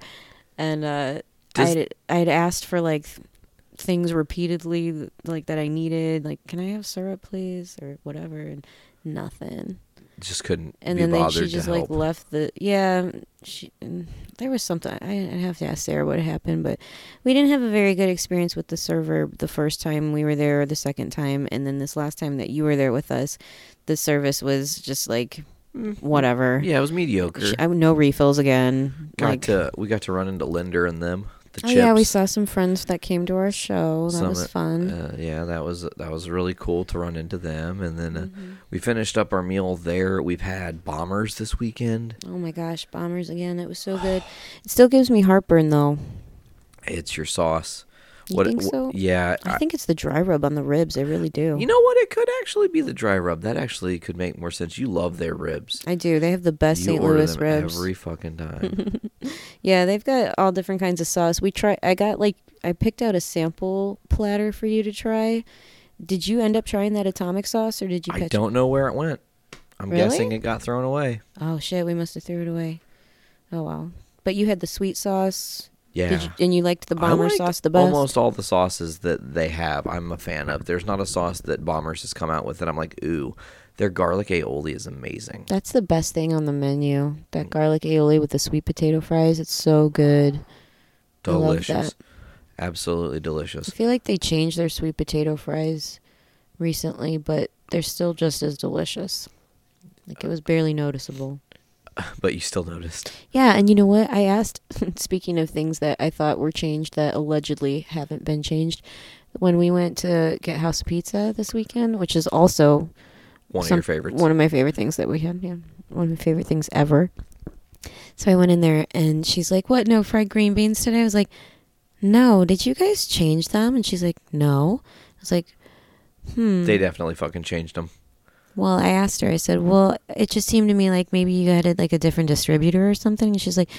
And uh,
Does-
I'd I'd asked for like th- things repeatedly like that I needed. Like, can I have syrup, please, or whatever, and nothing
Just couldn't
and
be
then they,
bothered
she
to
just like
help.
left the yeah she mm, there was something I, I have to ask sarah what happened but we didn't have a very good experience with the server the first time we were there or the second time and then this last time that you were there with us the service was just like Mm-hmm. whatever
yeah, it was mediocre.
She- I, no refills again
got
like,
to we got to run into Linder and them. The
oh
chips.
yeah we saw some friends that came to our show that was
Summit.
fun
Uh, yeah, that was that was really cool to run into them, and then uh,
Mm-hmm.
we finished up our meal there. We've had bombers this weekend.
oh my gosh bombers again it was so good it still gives me heartburn though
It's your sauce.
You
what?
think
wh-
so?
Yeah,
i think it's the dry rub on the ribs i really do
you know what? It could actually be the dry rub. That actually could make more sense. You love their ribs.
I do. They have the best
you
St.
order
Louis
them
ribs.
every fucking time.
Yeah, they've got all different kinds of sauce. We try. I got like I picked out a sample platter for you to try. Did you end up trying that atomic sauce, or did you?
I
catch
don't know where it went. I'm
Really?
guessing it got thrown away.
Oh shit! We must have threw it away. Oh well. But you had the sweet sauce.
Yeah.
Did you, and you liked the
I
bomber
liked
sauce the best.
Almost all the sauces that they have, I'm a fan of. There's not a sauce that Bombers has come out with that I'm like, ooh, their garlic aioli is amazing.
That's the best thing on the menu.
Mm.
That garlic aioli with the sweet potato fries. It's so good. I love
Delicious.
that.
Absolutely
I
delicious.
feel like they changed their sweet potato fries recently, but they're still just as delicious. Like it was barely noticeable.
But you still noticed.
Yeah, and you know what? I asked, speaking of things that I thought were changed that allegedly haven't been changed, when we went to get House Pizza this weekend, which is also
One of
some-
your favorites.
One of my favorite things that we had. Yeah, one of my favorite things ever. So I went in there, and she's like, "What? No fried green beans today?" I was like, "No. Did you guys change them?" And she's like, "No." I was like, "Hmm."
They definitely fucking changed them.
Well, I asked her. I said, "Well, it just seemed to me like maybe you had like a different distributor or something." And she's like,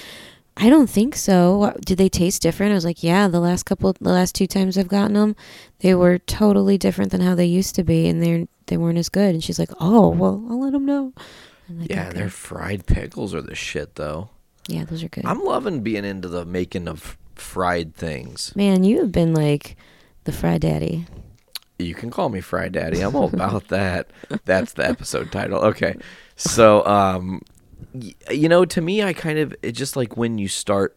"I don't think so. Did they taste different?" I was like, "Yeah, the last couple, the last two times I've gotten them, they were totally different than how they used to be, and they they weren't as good." And she's like, "Oh, well, I'll let them know." I'm like,
Yeah,
"Okay."
their fried pickles are the shit, though.
yeah, those are good.
I'm loving being into the making of fried things.
Man, you have been like the fry daddy.
You can call me Fry Daddy. I'm all about that. That's the episode title. Okay. So, um, y- you know, to me, I kind of, it just like when you start,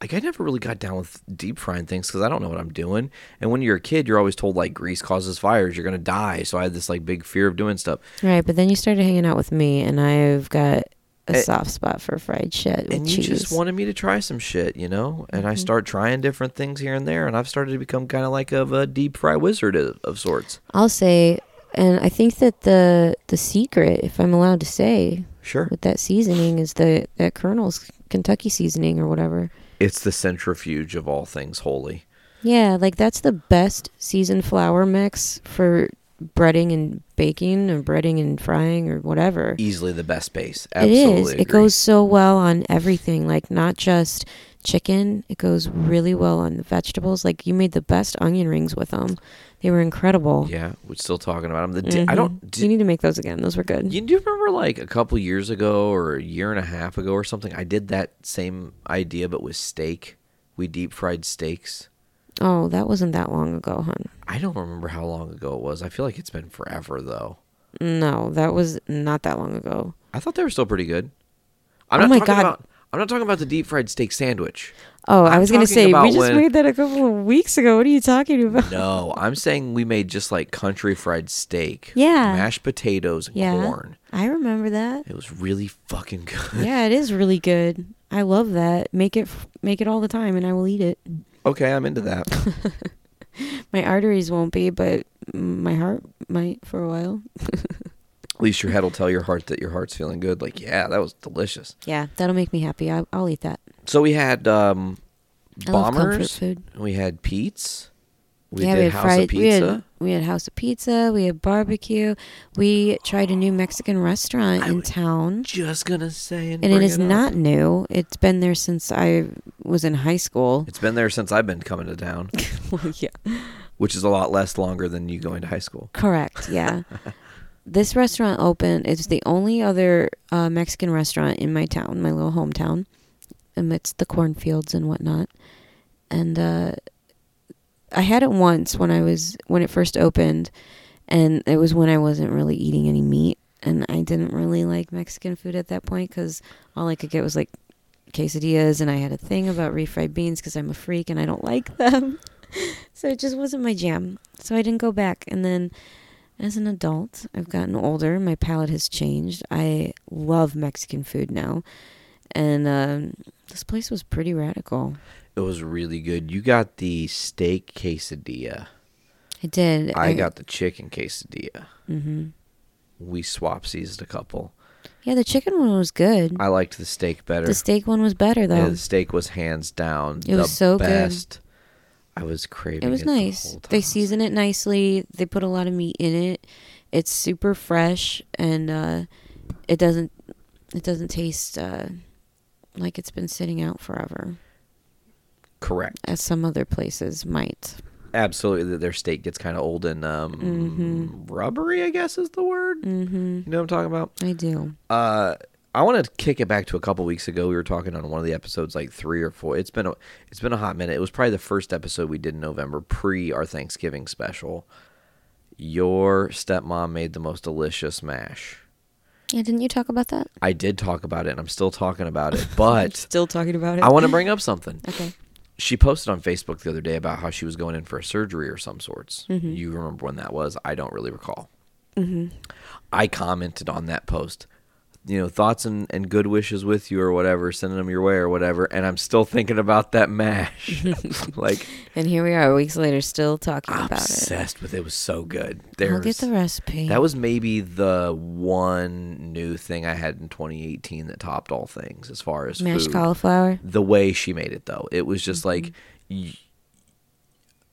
like, I never really got down with deep frying things because I don't know what I'm doing. And when you're a kid, you're always told, like, grease causes fires, you're going to die. So I had this, like, big fear of doing stuff.
Right, but then you started hanging out with me, and I've got a
Eh,
soft spot for fried shit with
and
cheese.
you just wanted me to try some shit, you know. And I start trying different things here and there, and I've started to become kind of like of a deep fry wizard of, of sorts.
I'll say, and I think that the the secret, if I'm allowed to say,
Sure,
with that seasoning is the that Colonel's Kentucky seasoning or whatever.
it's the centrifuge of all things holy.
Yeah, like that's the best seasoned flour mix for breading and baking and breading and frying or whatever.
Easily the best base.
It
Absolutely,
is. It
agree.
goes so well on everything, like not just chicken. It goes really well on the vegetables. Like you made the best onion rings with them. They were incredible.
Yeah, we're still talking about them. The di- I don't.
Mm-hmm. you
Did,
need to make those again. Those were good.
you do remember like a couple years ago or a year and a half ago or something? I did that same idea, but with steak. We deep fried steaks.
oh, that wasn't that long ago, hon.
I don't remember how long ago it was. I feel like it's been forever though.
No, that was not that long ago.
I thought they were still pretty good. I'm
Oh
not
my
talking
God.
about I'm not talking about the deep fried steak sandwich.
Oh, i
I'm
was gonna
talking
say we
about
just
when-
made that a couple of weeks ago. What are you talking about?
No, I'm saying we made just like country fried steak.
Yeah.
Mashed potatoes and
Yeah,
corn.
I remember that.
It was really fucking good.
Yeah, it is really good. I love that. Make it, f- make it all the time, and I will eat it.
Okay, I'm into that.
My arteries won't be, but my heart might for a while.
At least your head will tell your heart that your heart's feeling good. Like, yeah, that was delicious.
Yeah, that'll make me happy. I, I'll eat that.
So we had um
I love comfort
bombers.
food.
We had Pete's. We
yeah,
did House of
We
Pizza.
had, we had house of pizza. We had barbecue. We tried a new Mexican restaurant in town.
Just gonna say and,
and it
bring
is
up.
not new. It's been there since I was in high school.
It's been there since I've been coming to town,
Well, yeah.
which is a lot less longer than you going to high school.
Correct. Yeah. this restaurant opened. It's the only other uh, Mexican restaurant in my town, my little hometown, amidst the cornfields and whatnot. And uh, I had it once when I was when it first opened, and it was when I wasn't really eating any meat, and I didn't really like Mexican food at that point because all I could get was like quesadillas, and I had a thing about refried beans because I'm a freak and I don't like them. so it just wasn't my jam. So I didn't go back. And then as an adult, I've gotten older. My palate has changed. I love Mexican food now. And um, this place was pretty radical.
It was really good. You got the steak quesadilla.
I did.
I got the chicken quesadilla. Mm-hmm. We swap seized a couple.
Yeah, the chicken one was good.
I liked the steak better.
The steak one was better, though.
Yeah, the steak was hands down
It was
the
so good.
best. I was craving.
it was
the
nice.
whole
they
time.
season it nicely. They put a lot of meat in it. It's super fresh, and uh, it doesn't it doesn't taste uh, like it's been sitting out forever,
correct.
as some other places might.
Absolutely, that their steak gets kind of old and um,
Mm-hmm.
rubbery. I guess is the word. Mm-hmm. You know what I'm talking about.
I do.
Uh, I want to kick it back to a couple weeks ago. We were talking on one of the episodes, like three or four. It's been a it's been a hot minute. It was probably the first episode we did in November, pre our Thanksgiving special. Your stepmom made the most delicious mash.
Yeah, didn't you talk about that?
I did talk about it, and I'm still talking about it. But
Still talking about it.
I want to bring up something.
Okay.
She posted on Facebook the other day about how she was going in for a surgery or some sorts.
Mm-hmm.
You remember when that was? I don't really recall. I commented on that post. You know, thoughts and, and good wishes with you or whatever, sending them your way or whatever. And I'm still thinking about that mash. like,
And here we are, weeks later, still talking about it.
obsessed with it. It was so good.
I'll
There's,
get the recipe.
that was maybe the one new thing I had in 2018 that topped all things as far as
mashed
food.
cauliflower.
the way she made it though it was just like
Mm-hmm.
y-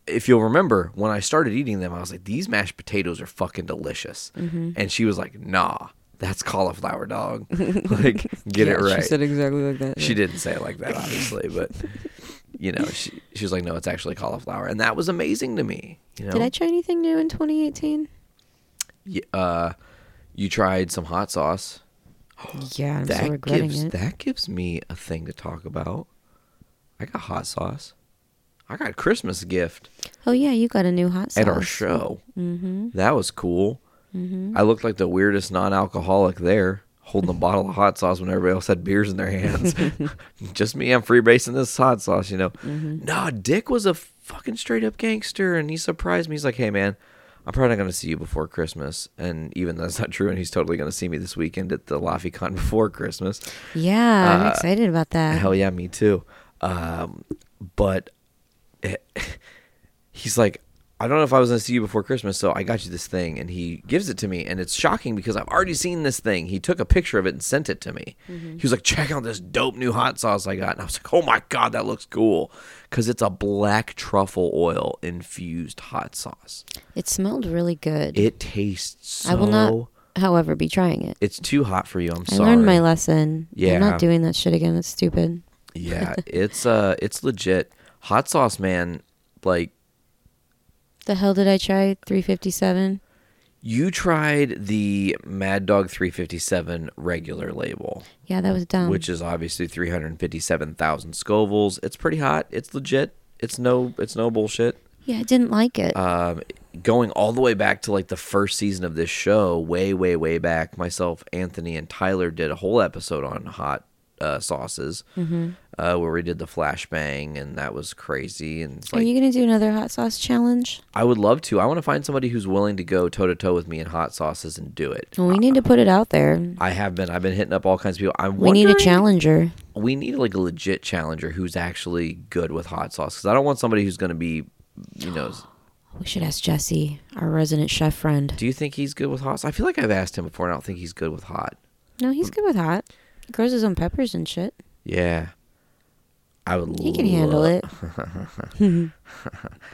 if you'll remember when i started eating them i was like these mashed potatoes are fucking delicious
Mm-hmm.
and she was like nah that's cauliflower dog like get it right
exactly like that.
she didn't say it like that obviously but you know she, she was like no it's actually cauliflower and that was amazing to me you know
Did I try anything new in 2018?
Y- uh, you tried some hot sauce
Yeah, I'm still
that
regretting
gives
it.
that gives me a thing to talk about I got hot sauce. I got a Christmas gift
Oh yeah, you got a new hot sauce Mm-hmm.
at our show. Mm-hmm. That was cool. I looked like the weirdest non-alcoholic there, holding a bottle of hot sauce when everybody else had beers in their hands. Just me, I'm freebasing this hot sauce, you know.
Mm-hmm.
Nah, Dick was a fucking straight-up gangster, and he surprised me. He's like, "Hey, man." I'm probably not going to see you before Christmas. And even that's not true. And he's totally going to see me this weekend at the LaFiCon before Christmas.
Yeah, I'm excited about that.
Uh, Hell yeah, me too. Um, but it- he's like, I don't know if I was gonna see you before Christmas, so I got you this thing, and he gives it to me, and it's shocking because I've already seen this thing. He took a picture of it and sent it to me.
Mm-hmm.
He was like, check out this dope new hot sauce I got, and I was like, oh my god, that looks cool, because it's a black truffle oil infused hot sauce.
It smelled really good.
It tastes so.
I will not, however, be trying it.
It's too hot for you. I'm
I
sorry.
learned my lesson. I'm
Yeah.
not doing that shit again. It's stupid.
Yeah, it's uh, it's legit. Hot sauce, man. Like
The hell did I try 357?
You tried the Mad Dog 357 regular label,
Yeah, that was dumb.
which is obviously 357,000 Scovilles. It's pretty hot. It's legit. It's no it's no bullshit.
yeah, I didn't like it.
Um going all the way back to like the first season of this show, way way way back, myself, Anthony and Tyler did a whole episode on hot uh, sauces, uh, where we did the flashbang, and that was crazy. And it's
Are
like,
you gonna do another hot sauce challenge?
I would love to. I want to find somebody who's willing to go toe to toe with me in hot sauces and do it.
Well, we need to put it out there.
I have been. I've been hitting up all kinds of people. I'm
We need a
wondering-
challenger.
We need like a legit challenger who's actually good with hot sauce because I don't want somebody who's going to be, you know. s-
We should ask Jesse, our resident chef friend.
Do you think he's good with hot? I feel like I've asked him before, and I don't think he's good with hot.
No, he's good with hot. He grows his own peppers and shit.
Yeah, I would.
He can handle
uh,
it.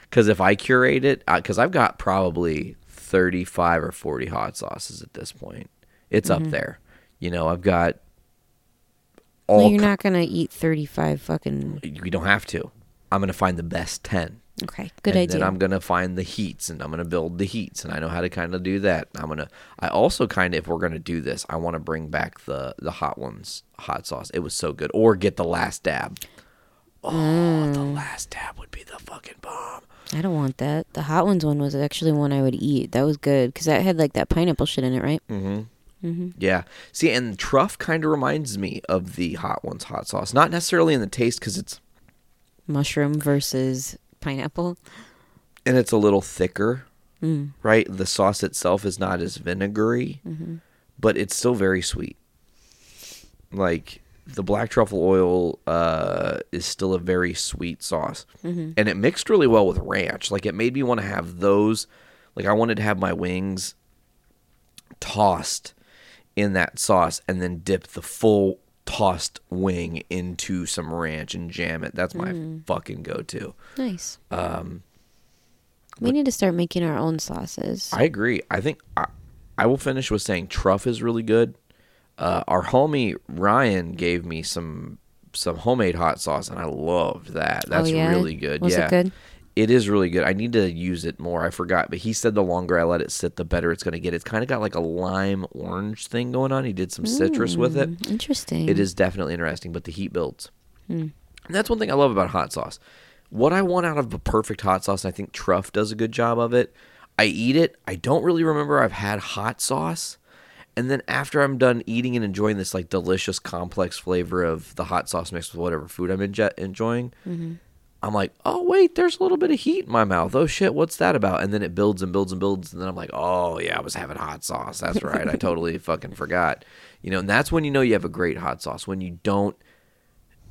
Because if I curate it, because I've got probably thirty-five or forty hot sauces at this point. It's
Mm-hmm.
up there. You know, I've got all.
Well, you're
ki-
not gonna eat 35 fucking.
you don't have to. I'm going to find the best ten.
Okay, good
and
idea.
then I'm gonna find the heats and I'm gonna build the heats and I know how to kind of do that. I'm gonna. I also kind of, if we're gonna do this, I want to bring back the the hot ones, hot sauce. It was so good. Or get the last dab. Oh, the
Mm.
last dab would be the fucking bomb.
I don't want that. The hot ones one was actually one I would eat. That was good because that had like that pineapple shit in it, right?
Mm. Yeah. See, and truff kind of reminds me of the hot ones hot sauce. Not necessarily in the taste because it's
Mushroom versus pineapple.
and it's a little thicker, right? The sauce itself is not as vinegary, but it's still very sweet. Like the black truffle oil uh, is still a very sweet sauce, and it mixed really well with ranch. Like it made me want to have those. Like I wanted to have my wings tossed in that sauce, and then dip the full tossed wing into some ranch and jam it. That's my fucking go-to.
Nice. Um, we need to start making our own sauces.
I agree. I think I, I will finish with saying truff is really good. Uh, our homie Ryan gave me some some homemade hot sauce, and I loved that. That's
Oh, yeah?
really good.
Was it
yeah.
good?
It is really good. I need to use it more. I forgot, but he said the longer I let it sit, the better it's going to get. It's kind of got like a lime orange thing going on. He did some citrus with it.
Mm, Interesting.
It is definitely interesting, but the heat builds. And that's one thing I love about hot sauce. What I want out of a perfect hot sauce, and I think Truff does a good job of it. I eat it. I don't really remember I've had hot sauce. And then after I'm done eating and enjoying this like delicious complex flavor of the hot sauce mixed with whatever food I'm inje- enjoying, I'm like, oh wait, there's a little bit of heat in my mouth. Oh shit, what's that about? And then it builds and builds and builds, and then I'm like, oh yeah, I was having hot sauce. That's right, I totally fucking forgot. You know, and that's when you know you have a great hot sauce. When you don't,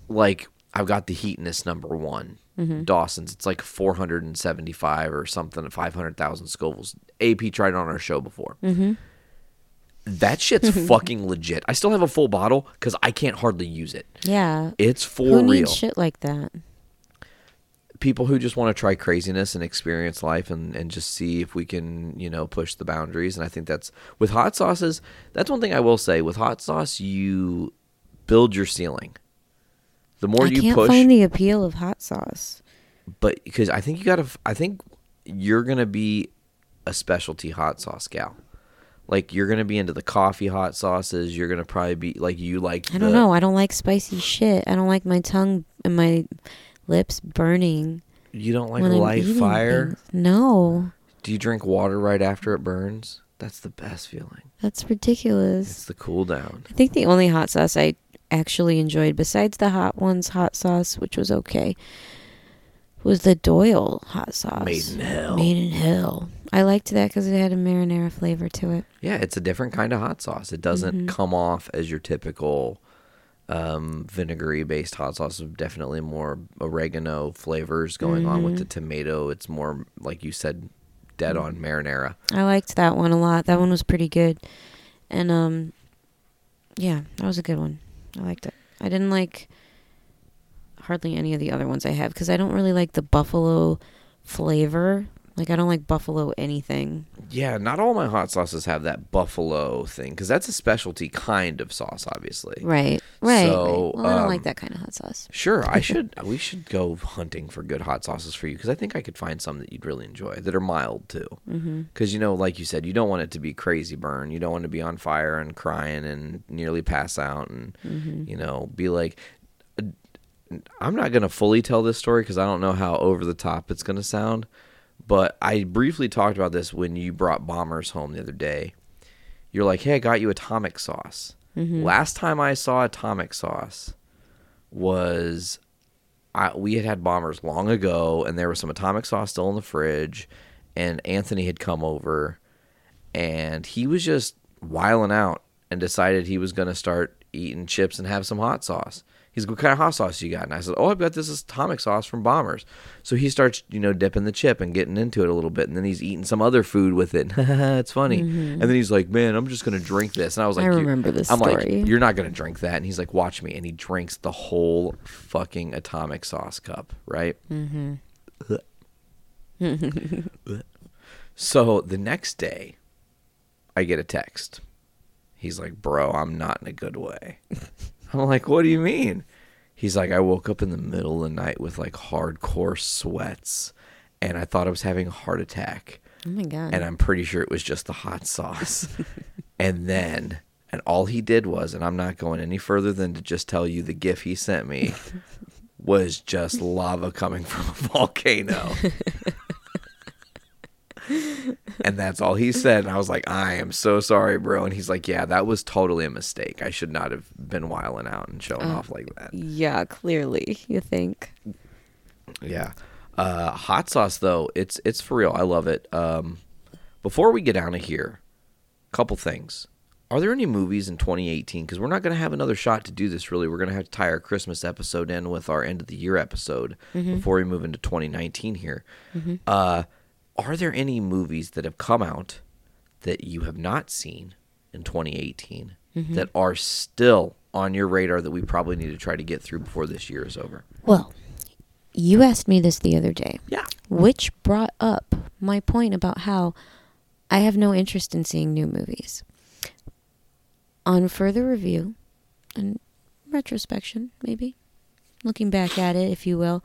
like, I've got the heat in this number one
Mm-hmm.
Dawson's. It's like 475 or something, 500,000 Scovilles. AP tried it on our show before.
Mm-hmm.
That shit's fucking legit. I still have a full bottle because I can't hardly use it.
yeah.
It's for
Who
real
needs shit like that?
people who just want to try craziness and experience life and, and just see if we can, you know, push the boundaries. And I think that's with hot sauces, that's one thing I will say. With hot sauce, you build your ceiling. The more
I
you
can't
push,
find the appeal of hot sauce.
but because I think you got to, I think you're going to be a specialty hot sauce gal. Like you're gonna be into the coffee hot sauces. You're gonna probably be like you like.
I don't
the-
know. I don't like spicy shit. I don't like my tongue and my lips burning
You don't like
when I'm
light
eating
fire.
things. No,
Do you drink water right after it burns? That's the best feeling.
that's ridiculous.
It's the cool down.
I think the only hot sauce I actually enjoyed, besides the hot ones hot sauce, which was okay, was the Doyle hot sauce.
Made in hell.
Made in hell. I liked that because it had a marinara flavor to it.
Yeah, it's a different kind of hot sauce. It doesn't
Mm-hmm.
come off as your typical um, vinegary based hot sauce. Definitely more oregano flavors going on
Mm-hmm.
with the tomato. It's more like you said, dead on
Mm-hmm.
marinara.
I liked that one a lot. That one was pretty good, and um, yeah, that was a good one. I liked it. I didn't like hardly any of the other ones I have because I don't really like the buffalo flavor. Like I don't like buffalo anything.
Yeah, not all my hot sauces have that buffalo thing because that's a specialty kind of sauce, obviously.
Right. Right.
So,
right. Well, I don't
um,
like that kind of hot sauce.
Sure, I should. we should go hunting for good hot sauces for you because I think I could find some that you'd really enjoy that are mild too. Because you know, like you said, you don't want it to be crazy burn. You don't want to be on fire and crying and nearly pass out and you know be like. I'm not gonna fully tell this story because I don't know how over the top it's gonna sound. But I briefly talked about this when you brought bombers home the other day. You're like, "Hey, I got you atomic sauce." Last time I saw atomic sauce, was I, we had had bombers long ago, and there was some atomic sauce still in the fridge, and Anthony had come over, and he was just wiling out and decided he was going to start eating chips and have some hot sauce. He's what kind of hot sauce you got? And I said, oh, I've got this atomic sauce from Bombers. So he starts, you know, dipping the chip and getting into it a little bit, and then he's eating some other food with it. it's funny. And then he's like, man, I'm just going to drink this. And I was like,
Mm-hmm. I
"You-"
remember this
I'm
story.
like, you're not gonna drink that. And he's like, watch me. And he drinks the whole fucking atomic sauce cup, right? Mm-hmm. so the next day, I get a text. He's like, bro, I'm not in a good way. I'm like, what do you mean? He's like, I woke up in the middle of the night with like hardcore sweats, and I thought I was having a heart attack
Oh my god.
and I'm pretty sure it was just the hot sauce. and then, and all he did was, and I'm not going any further than to just tell you the gif he sent me was just lava coming from a volcano. and that's all he said. And I was like, I am so sorry, bro. And he's like, Yeah, that was totally a mistake. I should not have been wiling out and showing off like that.
yeah, clearly you think.
Yeah. Uh, hot sauce though, it's it's for real. I love it. Um, before we get out of here, couple things. Are there any movies in 2018? Because we're not going to have another shot to do this. Really, we're going to have to tie our Christmas episode in with our end of the year episode before we move into 2019. Here, uh, are there any movies that have come out that you have not seen in 2018 that are still on your radar that we probably need to try to get through before this year is over?
Well, you asked me this the other day.
Yeah.
Which brought up my point about how I have no interest in seeing new movies. On further review and retrospection, maybe, looking back at it, if you will,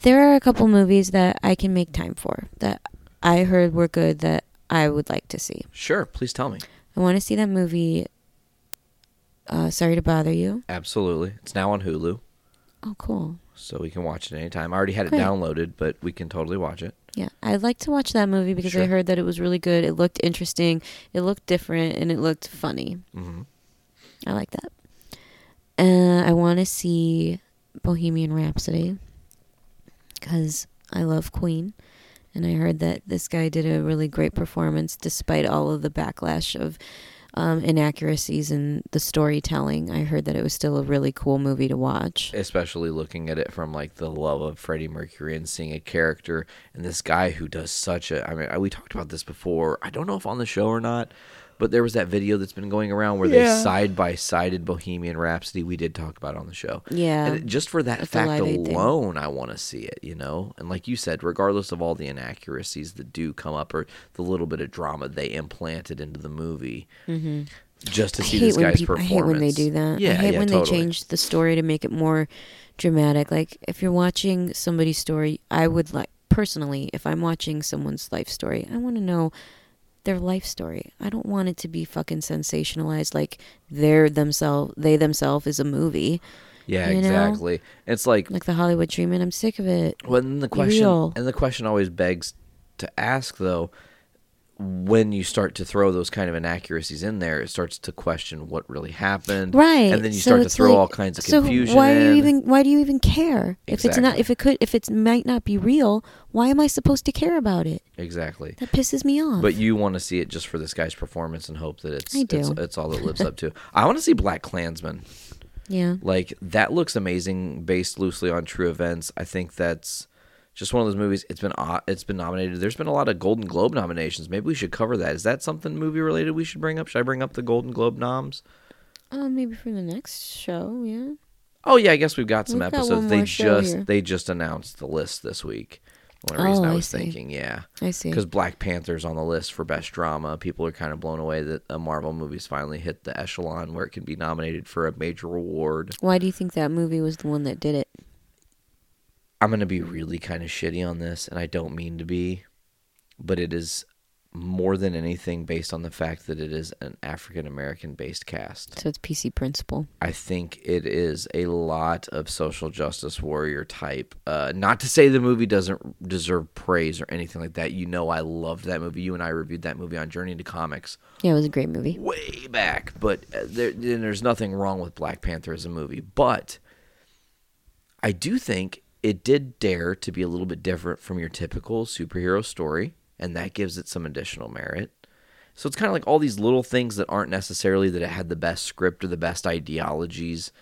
there are a couple movies that I can make time for that I heard were good that I would like to see.
Sure, please tell me.
I want to see that movie. Uh, Sorry to bother you.
Absolutely. It's now on Hulu,
Oh, cool.
so we can watch it anytime. I already had it
Great.
downloaded, but we can totally watch it.
Yeah, I'd like to watch that movie because I
Sure.
heard that it was really good. It looked interesting. It looked different, and it looked funny.
Mhm.
I like that. Uh, I want to see Bohemian Rhapsody because I love Queen, and I heard that this guy did a really great performance despite all of the backlash of um, inaccuracies in the storytelling. I heard that it was still a really cool movie to watch.
Especially looking at it from like the love of Freddie Mercury and seeing a character and this guy who does such a. I mean, I- we talked about this before. I don't know if on the show or not, but there was that video that's been going around where they side by sided Bohemian Rhapsody. We did talk about it on the show.
Yeah.
And it- just for that
That's a
fact
Live Aid thing.
alone, I want to see it, you know? And like you said, regardless of all the inaccuracies that do come up or the little bit of drama they implanted into the movie, just to
Mm-hmm. I
see
hate
this
when
guy's
peop-
performance.
I hate when they do that.
Yeah,
I hate
yeah,
when
totally.
they change the story to make it more dramatic. Like if you're watching somebody's story, I would like personally, if I'm watching someone's life story, I want to know their life story. I don't want it to be fucking sensationalized like they're themselves they themselves is a movie.
Yeah,
You know?
exactly. It's like
Like the Hollywood treatment, I'm sick of it.
when the question
real.
and the question always begs to ask though when you start to throw those kind of inaccuracies in there, it starts to question what really happened.
Right.
And then you
so
start to
it's
throw
like-
all kinds of
so
confusion.
Why do you
in.
even why do you even care? If it's not
Exactly.
if it could if it might not be real, why am I supposed to care about it?
Exactly.
That pisses me off.
But you want to see it just for this guy's performance and hope that it's
Oh. I do.
it's, it's all that lives up to. I want to see Black Klansman.
yeah.
Like that looks amazing, based loosely on true events. I think that's just one of those movies. It's been o- it's been nominated. There's been a lot of Golden Globe nominations. Maybe we should cover that. Is that something movie related we should bring up? Should I bring up the Golden Globe noms?
Oh, maybe for the next show, yeah.
Oh yeah, I guess we've got some
We've got
episodes.
one
they
more show
just
here.
they just announced the list this week. One
Oh,
reason I
I
was
see.
thinking, yeah,
I see.
because Black Panther's on the list for best drama. People are kind of blown away that a Marvel movie's finally hit the echelon where it can be nominated for a major award.
Why do you think that movie was the one that did it?
I'm gonna be really kind of shitty on this, and I don't mean to be, but it is more than anything based on the fact that it is an African American based cast.
So it's PC Principle.
I think it is a lot of social justice warrior type. Uh, not to say the movie doesn't deserve praise or anything like that. You know, I loved that movie. You and I reviewed that movie on Journey to Comics
Yeah, it was a great movie.
way back. But uh, there, then there's nothing wrong with Black Panther as a movie. But I do think it did dare to be a little bit different from your typical superhero story, and that gives it some additional merit. So it's kind of like all these little things that aren't necessarily that it had the best script or the best ideologies.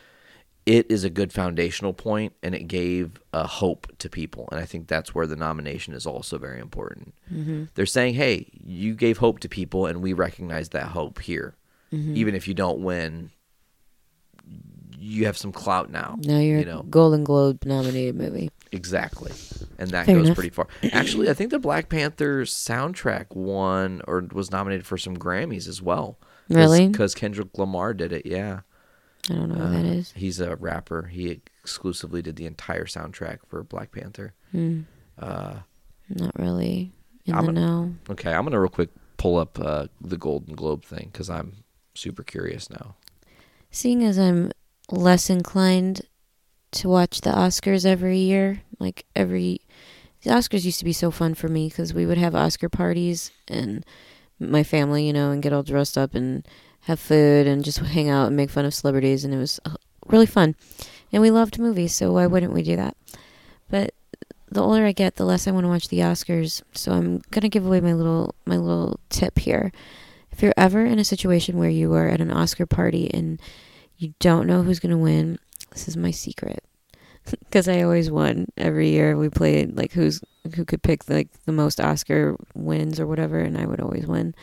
It is a good foundational point, and it gave a hope to people, and I think that's where the nomination is also very important.
Mm-hmm.
They're saying, "Hey, you gave hope to people, and we recognize that hope here.
Mm-hmm.
Even if you don't win, you have some clout now.
Now you're
you know
a Golden Globe nominated movie.
Exactly. And that
Fair
goes
enough.
pretty far. Actually, I think the Black Panther soundtrack won or was nominated for some Grammys as well.
Really?
Because Kendrick Lamar did it, yeah.
I don't know what
Uh,
that is.
He's a rapper. He exclusively did the entire soundtrack for Black Panther.
Not really in
I'm
the
a-
know.
Okay, I'm going to real quick pull up uh, the Golden Globe thing because I'm super curious now.
Seeing as I'm less inclined to watch the Oscars every year, like every the Oscars used to be so fun for me because we would have Oscar parties and my family, you know, and get all dressed up and have food and just hang out and make fun of celebrities, and it was uh, really fun. And we loved movies, so why wouldn't we do that? But the older I get, the less I want to watch the Oscars. So I'm gonna give away my little my little tip here. If you're ever in a situation where you are at an Oscar party and you don't know who's gonna win, this is my secret. Because I always won every year. We played like who's who could pick like the most Oscar wins or whatever, and I would always win.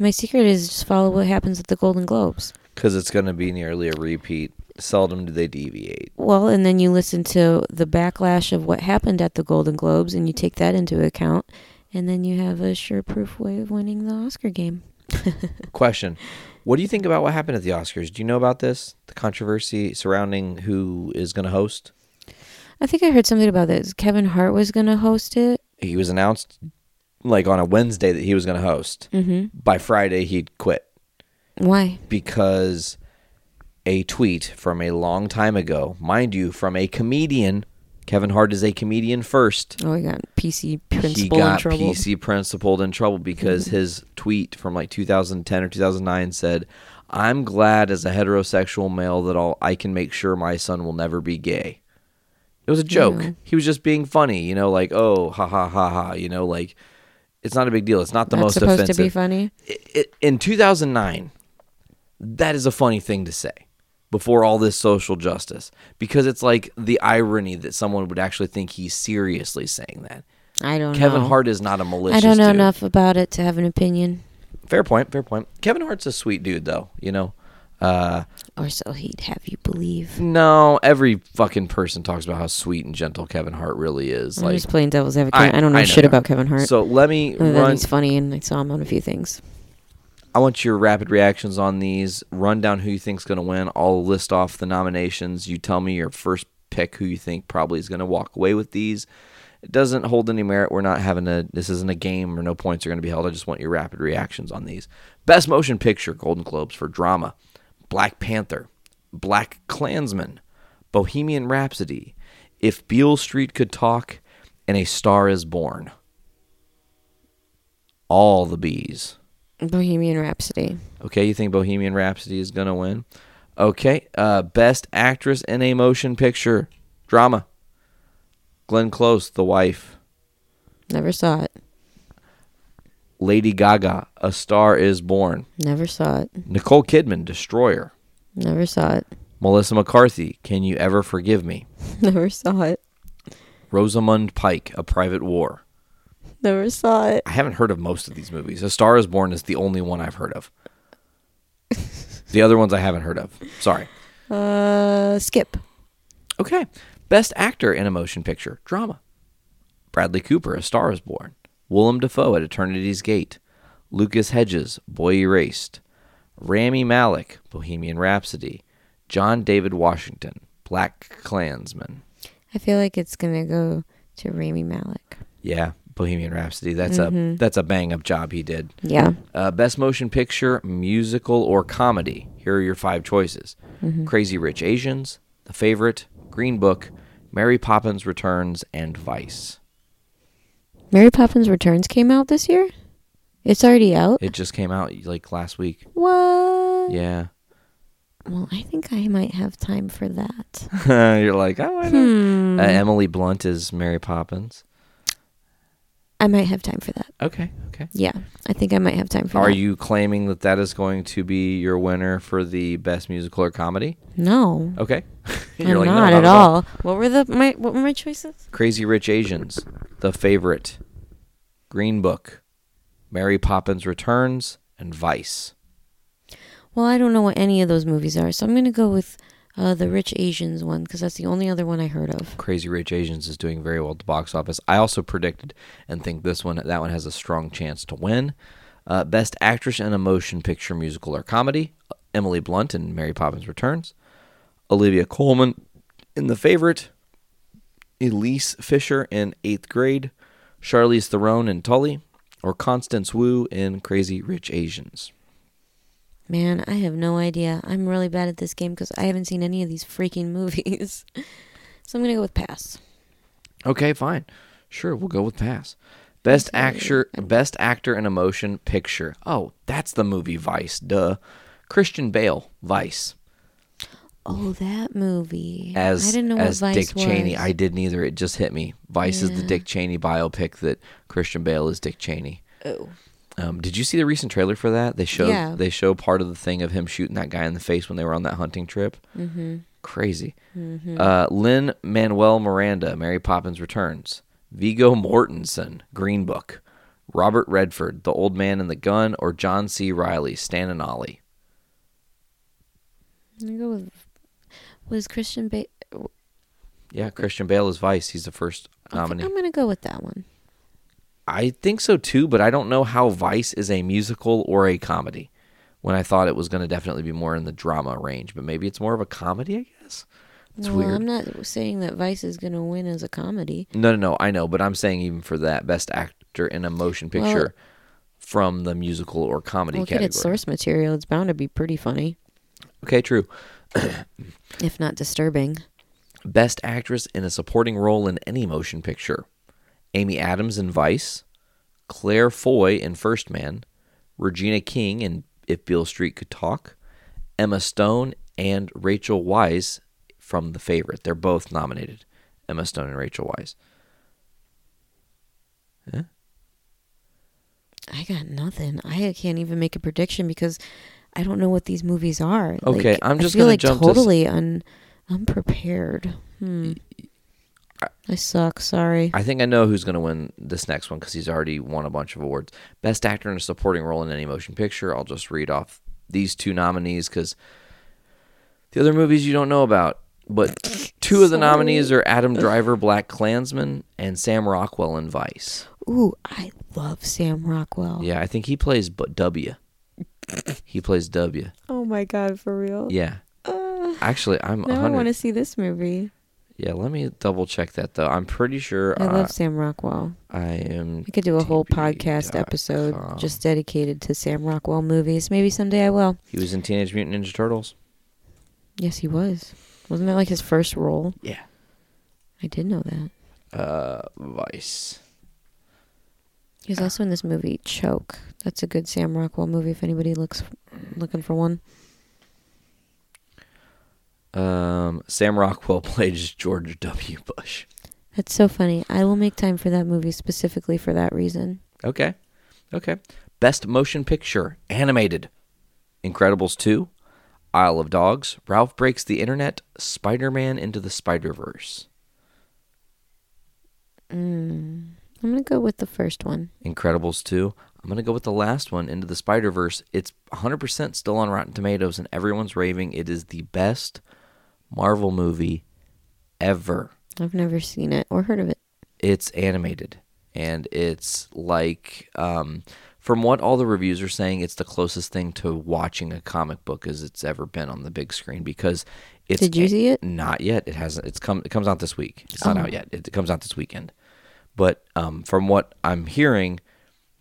my secret is just follow what happens at the Golden Globes.
Because it's going to be nearly a repeat. Seldom do they deviate.
Well, and then you listen to the backlash of what happened at the Golden Globes, and you take that into account, and then you have a sure-proof way of winning the Oscar game.
Question. What do you think about what happened at the Oscars? Do you know about this? The controversy surrounding who is going to host?
I think I heard something about this. Kevin Hart was going to host it.
He was announced like on a Wednesday that he was going to host. Mm-hmm. By Friday, he'd quit
Why?
because a tweet from a long time ago, mind you, from a comedian. Kevin Hart is a comedian first.
Oh, he got PC principal
he got
in trouble. Mm-hmm.
PC principled in trouble because his tweet from like 2010 or 2009 said, "I'm glad as a heterosexual male that all I can make sure my son will never be gay." It was a joke.
Ew.
He was just being funny, you know, like oh ha ha ha ha, you know, like it's not a big deal. It's not the
That's
most
supposed
offensive.
to be funny.
I- I- in 2009, that is a funny thing to say before all this social justice because it's like the irony that someone would actually think he's seriously saying that.
I don't know.
Kevin Hart is not a malicious.
I don't know
dude.
enough about it to have an opinion,
Fair point. Fair point. Kevin Hart's a sweet dude, though. You know. Uh,
or so he'd have you believe.
no, every fucking person talks about how sweet and gentle Kevin Hart really is.
I'm
like,
just playing devil's advocate. I, don't know shit
you
about
are.
Kevin Hart.
So let me
other than
run.
he's funny, and I saw him on a few things.
I want your rapid reactions on these. Run down who you think's going to win. I'll list off the nominations. You tell me your first pick who you think probably is going to walk away with these. It doesn't hold any merit. We're not having a. This isn't a game, or no points are going to be held. I just want your rapid reactions on these. Best Motion Picture: Golden Globes for Drama, Black Panther, Black Klansman, Bohemian Rhapsody, If Beale Street Could Talk, and A Star Is Born. All the bees.
Bohemian Rhapsody.
Okay, you think Bohemian Rhapsody is gonna win? Okay, uh, best actress in a motion picture drama. Glenn Close, The Wife.
Never saw it.
Lady Gaga, A Star Is Born.
Never saw it.
Nicole Kidman, Destroyer.
Never saw it.
Melissa McCarthy, Can You Ever Forgive Me?
Never saw it.
Rosamund Pike, A Private War.
Never saw it.
I haven't heard of most of these movies. A Star Is Born is the only one I've heard of. the other ones I haven't heard of. Sorry.
Uh, skip.
Okay. Best actor in a motion picture drama. Bradley Cooper, A Star is Born. Willem Dafoe at Eternity's Gate. Lucas Hedges, Boy Erased. Rami Malik, Bohemian Rhapsody. John David Washington, Black Klansman.
I feel like it's gonna go to Rami Malik.
Yeah, Bohemian Rhapsody. That's a that's a bang up job he did.
Yeah.
Uh, best motion picture, musical or comedy. Here are your five choices: Crazy Rich Asians, The Favorite, Green Book, Mary Poppins Returns, and Vice.
Mary Poppins Returns came out this year. It's already out.
It just came out like last week.
what?
Yeah,
Well, I think I might have time for that.
you're like, oh, I
Hmm.
know. Uh, Emily Blunt is Mary Poppins.
I might have time for that.
Okay, okay.
Yeah, I think I might have time for
Are
that.
you claiming that that is going to be your winner for the best musical or comedy?
No,
Okay,
I'm
like, "No,
not, at all. What were the my what were my choices?
Crazy Rich Asians, The Favorite, Green Book, Mary Poppins Returns, and Vice.
Well, I don't know what any of those movies are, so I'm gonna go with uh, the Rich Asians one because that's the only other one I heard of.
Crazy Rich Asians is doing very well at the box office. I also predicted and think this one that one has a strong chance to win. Uh, Best Actress in a Motion Picture, Musical, or Comedy: Emily Blunt in Mary Poppins Returns, Olivia Colman in The Favorite, Elise Fisher in Eighth Grade, Charlize Theron in Tully, or Constance Wu in Crazy Rich Asians.
Man, I have no idea. I'm really bad at this game because I haven't seen any of these freaking movies. so I'm gonna go with pass.
Okay, fine. Sure, we'll go with pass. Best actor, best actor in a motion picture. Oh, that's the movie Vice. Duh. Christian Bale, Vice,
Oh, that movie.
as
I didn't know
as
what Vice
Dick Cheney.
was.
I didn't either. It just hit me. Vice is the Dick Cheney biopic that Christian Bale is Dick Cheney.
Oh.
Um, did you see the recent trailer for that? They show
Yeah.
they show part of the thing of him shooting that guy in the face when they were on that hunting trip. Mm-hmm. Crazy.
Mm-hmm.
Uh, Lynn Manuel Miranda, Mary Poppins Returns. Vigo Mortensen, Green Book. Robert Redford, The Old Man and the Gun, or John C. Riley, Stan and Ollie.
I'm gonna go with was Christian Bale.
Yeah, Christian Bale is Vice. He's the first
I'm
nominee.
gonna go with that one.
I think so too, but I don't know how Vice is a musical or a comedy. When I thought it was going to definitely be more in the drama range, but maybe it's more of a comedy, I guess. It's
well,
weird.
I'm not saying that Vice is gonna win as a comedy.
No, no, no. I know, but I'm saying even for that best actor in a motion
Well-
picture from the musical or comedy
Look at
category.
its source material; it's bound to be pretty funny,
Okay, true.
if not disturbing.
Best actress in a supporting role in any motion picture. Amy Adams in Vice, Claire Foy in First Man, Regina King in If Beale Street Could Talk, Emma Stone and Rachel Wise from The Favorite. They're both nominated. Emma Stone and Rachel Wise.
I got nothing. I can't even make a prediction because I don't know what these movies are.
Okay,
Like,
I'm
I
just
feel
gonna
like
jump to s-
totally un unprepared. Hmm. I suck. Sorry.
I think I know who's going to win this next one because he's already won a bunch of awards. Best actor in a supporting role in any motion picture. I'll just read off these two nominees because the other movies you don't know about. But two of the nominees are Adam Driver, Black Klansman, and Sam Rockwell in Vice.
Ooh, I love Sam Rockwell.
Yeah, I think he plays bu- W. He plays W.
Oh my god, for real.
Yeah. Actually, I'm
Uh, Now I want to
100.
see this movie.
Yeah, let me double check that though. I'm pretty sure
I
I,
love Sam Rockwell.
I am.
We could do a whole podcast
TB.com.
episode just dedicated to Sam Rockwell movies. Maybe someday I will.
He was in Teenage Mutant Ninja Turtles.
Yes, he was. Wasn't that like his first role?
Yeah.
I did know that.
Uh, Vice.
He was also in this movie Choke. That's a good Sam Rockwell movie if anybody looks looking for one.
Um, Sam Rockwell played George W. Bush.
That's so funny. I will make time for that movie specifically for that reason.
Okay, okay. Best motion picture animated: Incredibles two, Isle of Dogs, Ralph Breaks the Internet, Spider Man into the Spider Verse.
I'm gonna go with the first one.
Incredibles 2. I'm going to go with the last one, Into the Spider Verse. It's 100% still on Rotten Tomatoes, and everyone's raving. It is the best Marvel movie ever.
I've never seen it or heard of it.
It's animated, and it's like, um, from what all the reviews are saying, it's the closest thing to watching a comic book as it's ever been on the big screen because it's.
Did you see it? Oh.
Not yet. It hasn't. It's come. It comes out this week. It's not out yet. It, it comes out this weekend. But um, from what I'm hearing,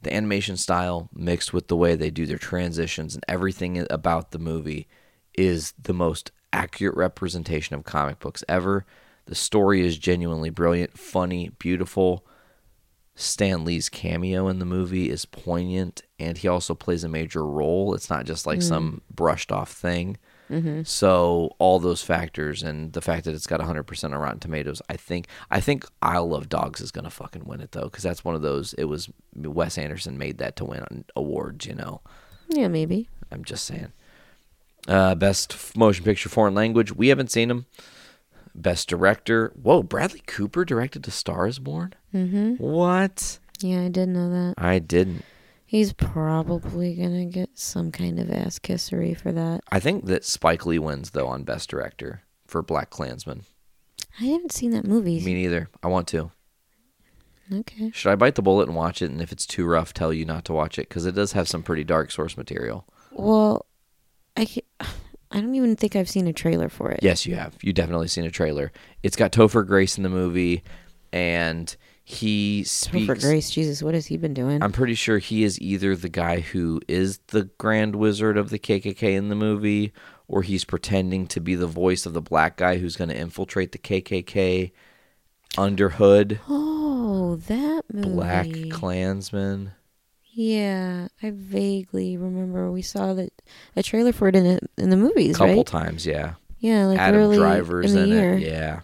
the animation style mixed with the way they do their transitions and everything about the movie is the most accurate representation of comic books ever. The story is genuinely brilliant, funny, beautiful. Stan Lee's cameo in the movie is poignant, and he also plays a major role. It's not just like some brushed off thing. So all those factors and the fact that it's got 100% on Rotten Tomatoes, I think I think Isle of Dogs is gonna fucking win it though, because that's one of those. It was Wes Anderson made that to win on awards, you know.
Yeah, maybe.
I'm just saying. Uh, best f- motion picture foreign language. We haven't seen him. Best director. Whoa, Bradley Cooper directed *The Star Is Born*. Mm-hmm. What?
Yeah, I did know that.
I didn't.
He's probably gonna get some kind of ass kissery for that.
I think that Spike Lee wins though on best director for *Black Klansman*.
I haven't seen that movie.
Me neither. I want to.
okay.
Should I bite the bullet and watch it? And if it's too rough, tell you not to watch it because it does have some pretty dark source material.
Well, I ca- I don't even think I've seen a trailer for it.
Yes, you have. You definitely seen a trailer. It's got Topher Grace in the movie, and he speaks.
For Grace, Jesus, what has he been doing?
I'm pretty sure he is either the guy who is the Grand Wizard of the KKK in the movie, or he's pretending to be the voice of the black guy who's going to infiltrate the KKK under Hood,
oh, that movie.
Black Klansman.
Yeah, I vaguely remember we saw that a trailer for it in the, in the movies,
couple
right?
times, yeah.
yeah, like
Adam
early
Driver's in,
in the year.
it, yeah.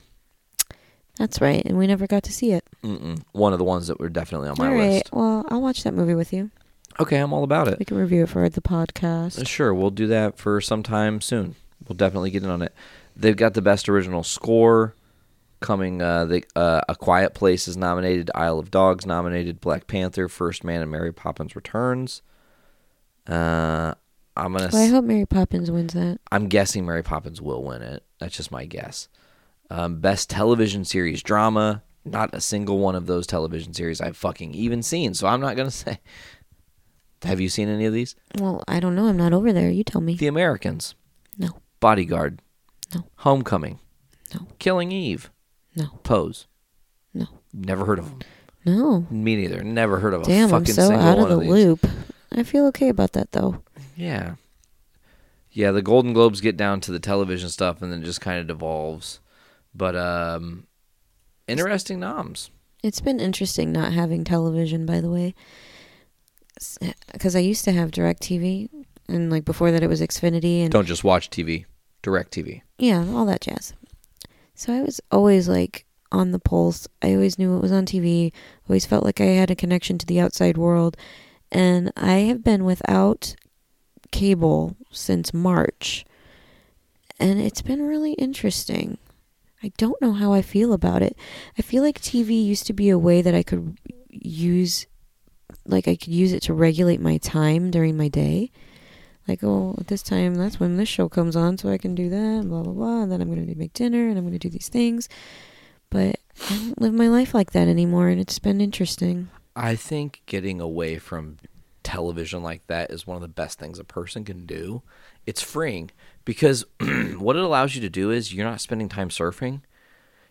That's right, and we never got to see it.
Mm-mm. One of the ones that were definitely on my
all right,
list.
well, I'll watch that movie with you.
Okay, I'm all about
We
it. Uh,
can review it for the podcast.
Sure, we'll do that for sometime soon. We'll definitely get in on it. They've got the best original score coming. Uh, the uh, A Quiet Place is nominated. Isle of Dogs nominated. Black Panther, First Man, and Mary Poppins Returns. Uh, I'm gonna.
Well, I
s-
hope Mary Poppins wins that.
I'm guessing Mary Poppins will win it. That's just my guess. Um, best television series drama. Not a single one of those television series I've fucking even seen, so I'm not gonna say. Have you seen any of these?
Well, I don't know. I'm not over there. You tell me.
The Americans,
No,
Bodyguard,
No.
Homecoming,
No.
Killing Eve,
no,
Pose.
no,
Never heard of them.
no.
Me neither. Never heard of a
Damn, I'm
fucking
so
single
out of
one
the
these.
loop. I feel okay about that though.
Yeah. Yeah, the Golden Globes get down to the television stuff and then it just kind of devolves. But um interesting noms.
It's been interesting not having television, by the way, because I used to have Directv, and like before that, it was Xfinity, and
Don't just watch TV, direct TV.
yeah, all that jazz. So I was always like on the pulse. I always knew what was on TV. Always felt like I had a connection to the outside world, and I have been without cable since March, and it's been really interesting. I don't know how I feel about it. I feel like TV used to be a way that I could use, like, I could use it to regulate my time during my day. Like, oh, at this time, that's when this show comes on, so I can do that, blah, blah, blah. And then I'm going to make dinner and I'm going to do these things. But I don't live my life like that anymore, and it's been interesting.
I think getting away from television like that is one of the best things a person can do. It's freeing because what it allows you to do is you're not spending time surfing.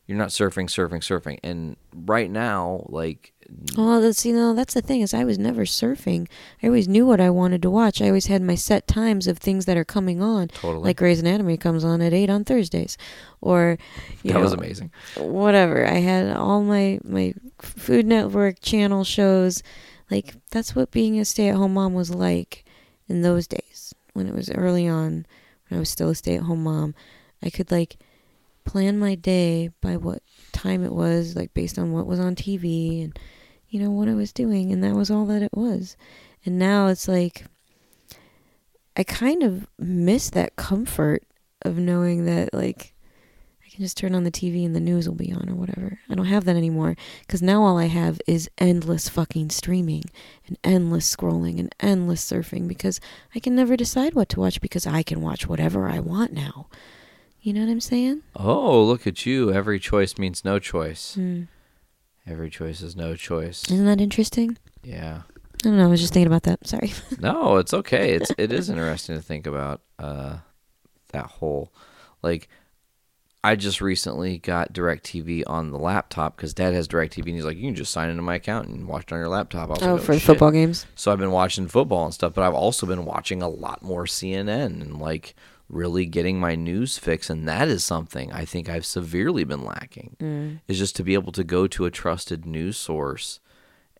You're not surfing, surfing, surfing. And right now, like
Oh, that's you know that's the thing is I was never surfing. I always knew what I wanted to watch. I always had my set times of things that are coming on.
Totally.
Like Grey's Anatomy comes on at eight on Thursdays, or you
that was
know,
amazing.
Whatever. I had all my my Food Network channel shows. Like that's what being a stay-at-home mom was like in those days when it was early on when I was still a stay-at-home mom. I could like plan my day by what time it was, like based on what was on TV and you know what I was doing, and that was all that it was. And now it's like I kind of miss that comfort of knowing that like I can just turn on the TV and the news will be on or whatever. I don't have that anymore cuz now all I have is endless fucking streaming and endless scrolling and endless surfing because I can never decide what to watch because I can watch whatever I want now. You know what I'm saying?
Oh, look at you. Every choice means no choice.
Hmm.
Every choice is no choice.
Isn't that interesting?
Yeah.
I don't know. I was just thinking about that. Sorry.
No, it's okay. It's it is interesting to think about uh that whole like I just recently got DirecTV on the laptop because Dad has DirecTV and he's like, you can just sign into my account and watch it on your laptop. I was
oh,
like,
for the
shit.
football games.
So I've been watching football and stuff, but I've also been watching a lot more CNN and like really getting my news fix. And that is something I think I've severely been lacking
Mm.
is just to be able to go to a trusted news source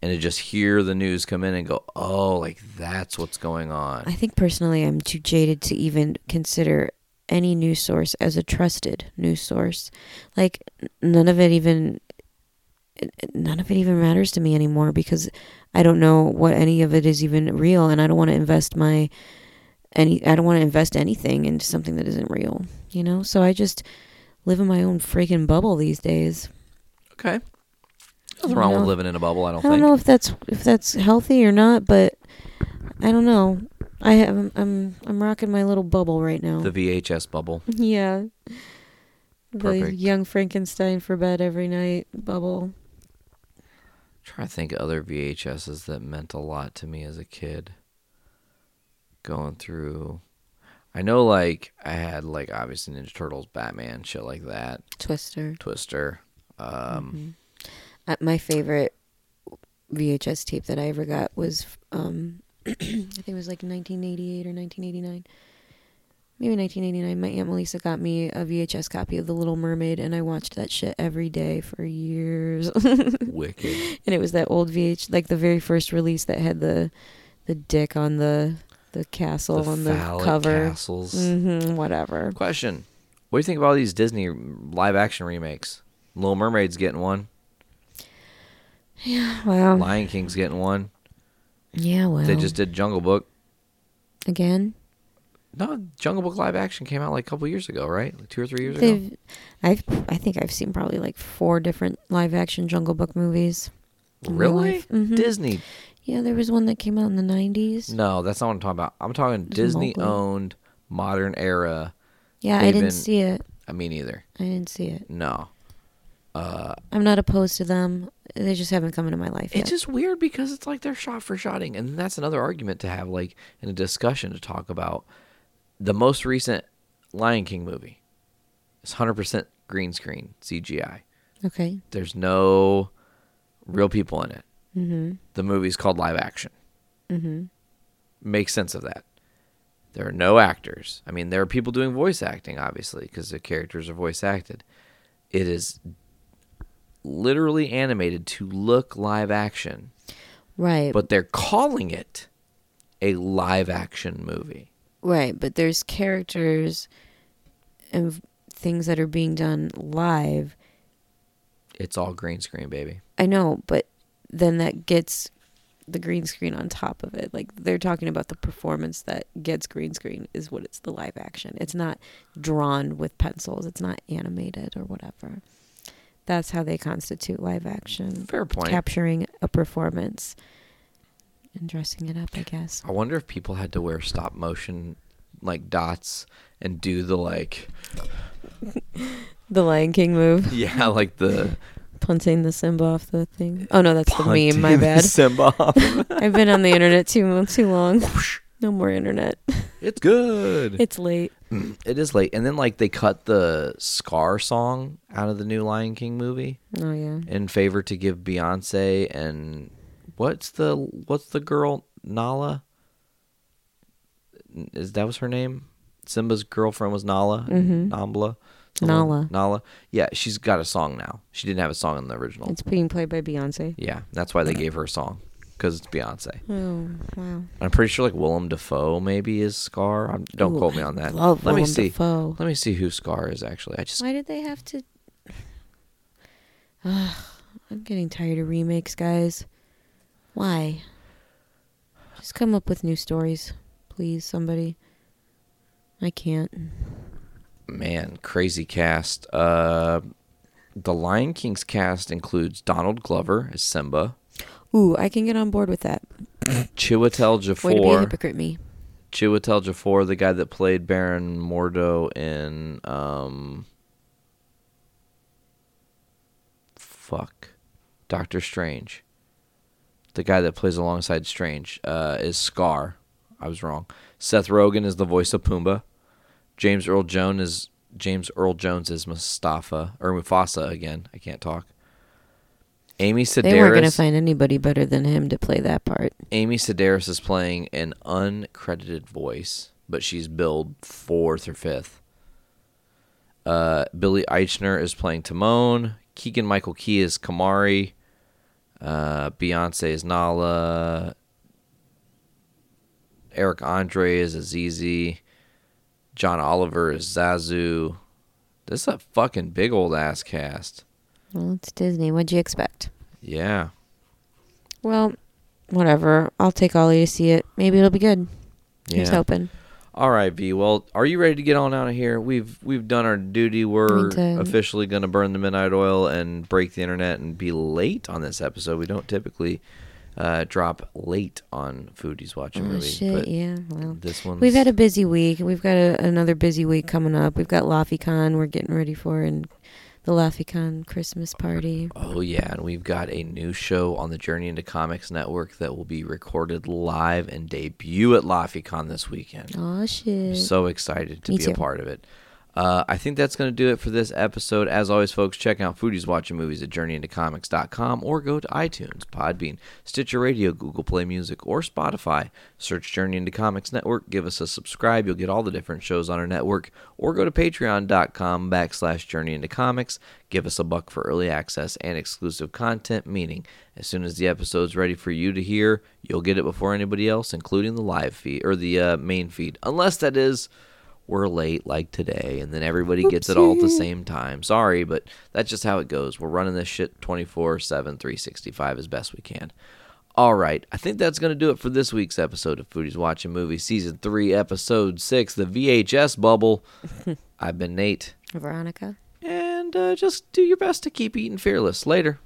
and to just hear the news come in and go, oh, like that's what's going on.
I think personally, I'm too jaded to even consider any news source as a trusted news source. Like n- none of it even n- none of it even matters to me anymore because I don't know what any of it is even real, and I don't want to invest my any. I don't want to invest anything into something that isn't real. You know, so I just live in my own freaking bubble these days.
Okay. Nothing wrong with
know.
living in a bubble, I don't
I don't
think.
know if that's if that's healthy or not, but I don't know. I have I'm I'm rocking my little bubble right now.
The VHS bubble.
Yeah. The
Perfect.
young Frankenstein for bed every night bubble.
trying to think of other VHSs that meant a lot to me as a kid. Going through, I know like I had like obviously Ninja Turtles, Batman, shit like that,
Twister.
Twister. Um,
Uh, my favorite VHS tape that I ever got was, um, I think it was like 1988 or 1989. Maybe 1989. My Aunt Melissa got me a VHS copy of The Little Mermaid, and I watched that shit every day for years. Mm-hmm.
Wicked.
and it was that old VH, like the very first release that had the the dick on the the castle
the
on the
phallic
cover.
castles.
hmm whatever.
Question: What do you think about all these Disney live action remakes? Little Mermaid's getting one.
Wow.
Lion King's getting one.
Yeah. Wow.
They just did Jungle Book.
again.
No, Jungle Book live action came out like a couple years ago, right? Like two or three years ago.
They've, I've, I think I've seen probably like four different live action Jungle Book movies. in my
Really?
life. Mhm.
Disney
Yeah, there was one that came out in the nineties.
No, that's not what I'm talking about. I'm talking Disney owned modern era.
Yeah, I
They've
didn't
been-
see it.
I mean, either.
I didn't see it.
No.
I'm not opposed to them. They just haven't come into my life yet.
It's just weird because it's like they're shot for shotting. And that's another argument to have, like, in a discussion to talk about the most recent Lion King movie. It's 100% green screen, CGI.
okay.
There's no real people in it. Mm-hmm. The movie's called live action. Mm-hmm. Make sense of that. There are no actors. I mean, there are people doing voice acting, obviously, because the characters are voice acted. It is literally animated to look live action,
Right.
but they're calling it a live action movie.
right. But there's characters and v- things that are being done live.
It's all green screen, baby.
I know, but then that gets the green screen on top of it. Like they're talking about the performance that gets green screen is what it's the live action. It's not drawn with pencils. It's not animated or whatever. That's how they constitute live action.
Fair point.
Capturing a performance and dressing it up, I guess.
I wonder if people had to wear stop motion like dots and do the like
The Lion King move,
yeah like the
punting the Simba off the thing. Oh no, that's the meme. My
Punting
bad.
Simba off.
I've been on the internet too too long. No more internet.
it's good.
It's late.
It is late, and then like they cut the Scar song out of the new Lion King movie
Oh yeah.
in favor to give Beyonce and what's the what's the girl Nala? Is that was her name? Simba's girlfriend was Nala, Nambla, something-
Mm-hmm. Nala.
Nala. Yeah, she's got a song now. She didn't have a song in the original.
It's being played by Beyonce.
yeah, that's why they gave her a song because it's Beyonce.
Oh wow.
I'm pretty sure like Willem Dafoe maybe is Scar. I'm, don't
Ooh,
quote me
I
on that.
love
Let me
Willem
see.
Dafoe.
Let me see who Scar is actually. I just
Why did they have to? Ugh, I'm getting tired of remakes, guys. Why? Just come up with new stories, please, somebody. I can't.
man, crazy cast. Uh, the Lion King's cast includes Donald Glover as Simba,
Ooh, I can get on board with that.
Chiwetel
Way to be a
Jafar,
hypocrite, me.
Chiwetel Jafar, the guy that played Baron Mordo in um, fuck, Doctor Strange. The guy that plays alongside Strange uh, is Scar. I was wrong. Seth Rogen is the voice of Pumbaa. James Earl Jones is James Earl Jones is Mustafa or Mufasa again. I can't talk. Amy Sedaris.
They weren't gonna find anybody better than him to play that part.
Amy Sedaris is playing an uncredited voice, but she's billed fourth or fifth. Uh, Billy Eichner is playing Timon. Keegan Michael Key is Kamari. Uh, Beyonce is Nala. Eric Andre is Azizi. John Oliver is Zazu. This is a fucking big old ass cast.
Well, it's Disney. What'd you expect?
Yeah.
Well, whatever. I'll take Ollie to see it. Maybe it'll be good. Here's
Yeah.
hoping.
All right, V. Well, are you ready to get on out of here? We've we've done our duty. We're
Me too.
officially going to burn the midnight oil and break the internet and be late on this episode. We don't typically uh, drop late on foodies watching
Oh,
movies,
shit,
but
yeah. Well,
this one
We've had a busy week. We've got a, another busy week coming up. We've got LaFiCon we're getting ready for and the LaFiCon Christmas party.
Oh yeah, and we've got a new show on the Journey into Comics Network that will be recorded live and debut at LaFiCon this weekend.
Oh shit.
so excited to
Me
be a
too.
part of it. Uh, I think that's going to do it for this episode. As always, folks, check out Foodies Watching Movies at JourneyIntoComics.com or go to iTunes, Podbean, Stitcher Radio, Google Play Music, or Spotify. Search Journey Into Comics Network. Give us a subscribe. You'll get all the different shows on our network. Or go to Patreon.com backslash Journey Into Comics. Give us a buck for early access and exclusive content, meaning as soon as the episode's ready for you to hear, you'll get it before anybody else, including the live feed or the uh, main feed. Unless that is we're late like today and then everybody gets it all at the same time sorry but that's just how it goes we're running this shit 24 7 365 as best we can all right i think that's going to do it for this week's episode of foodies watching movies season 3 episode 6 the vhs bubble i've been nate
Veronica.
and uh, just do your best to keep eating fearless later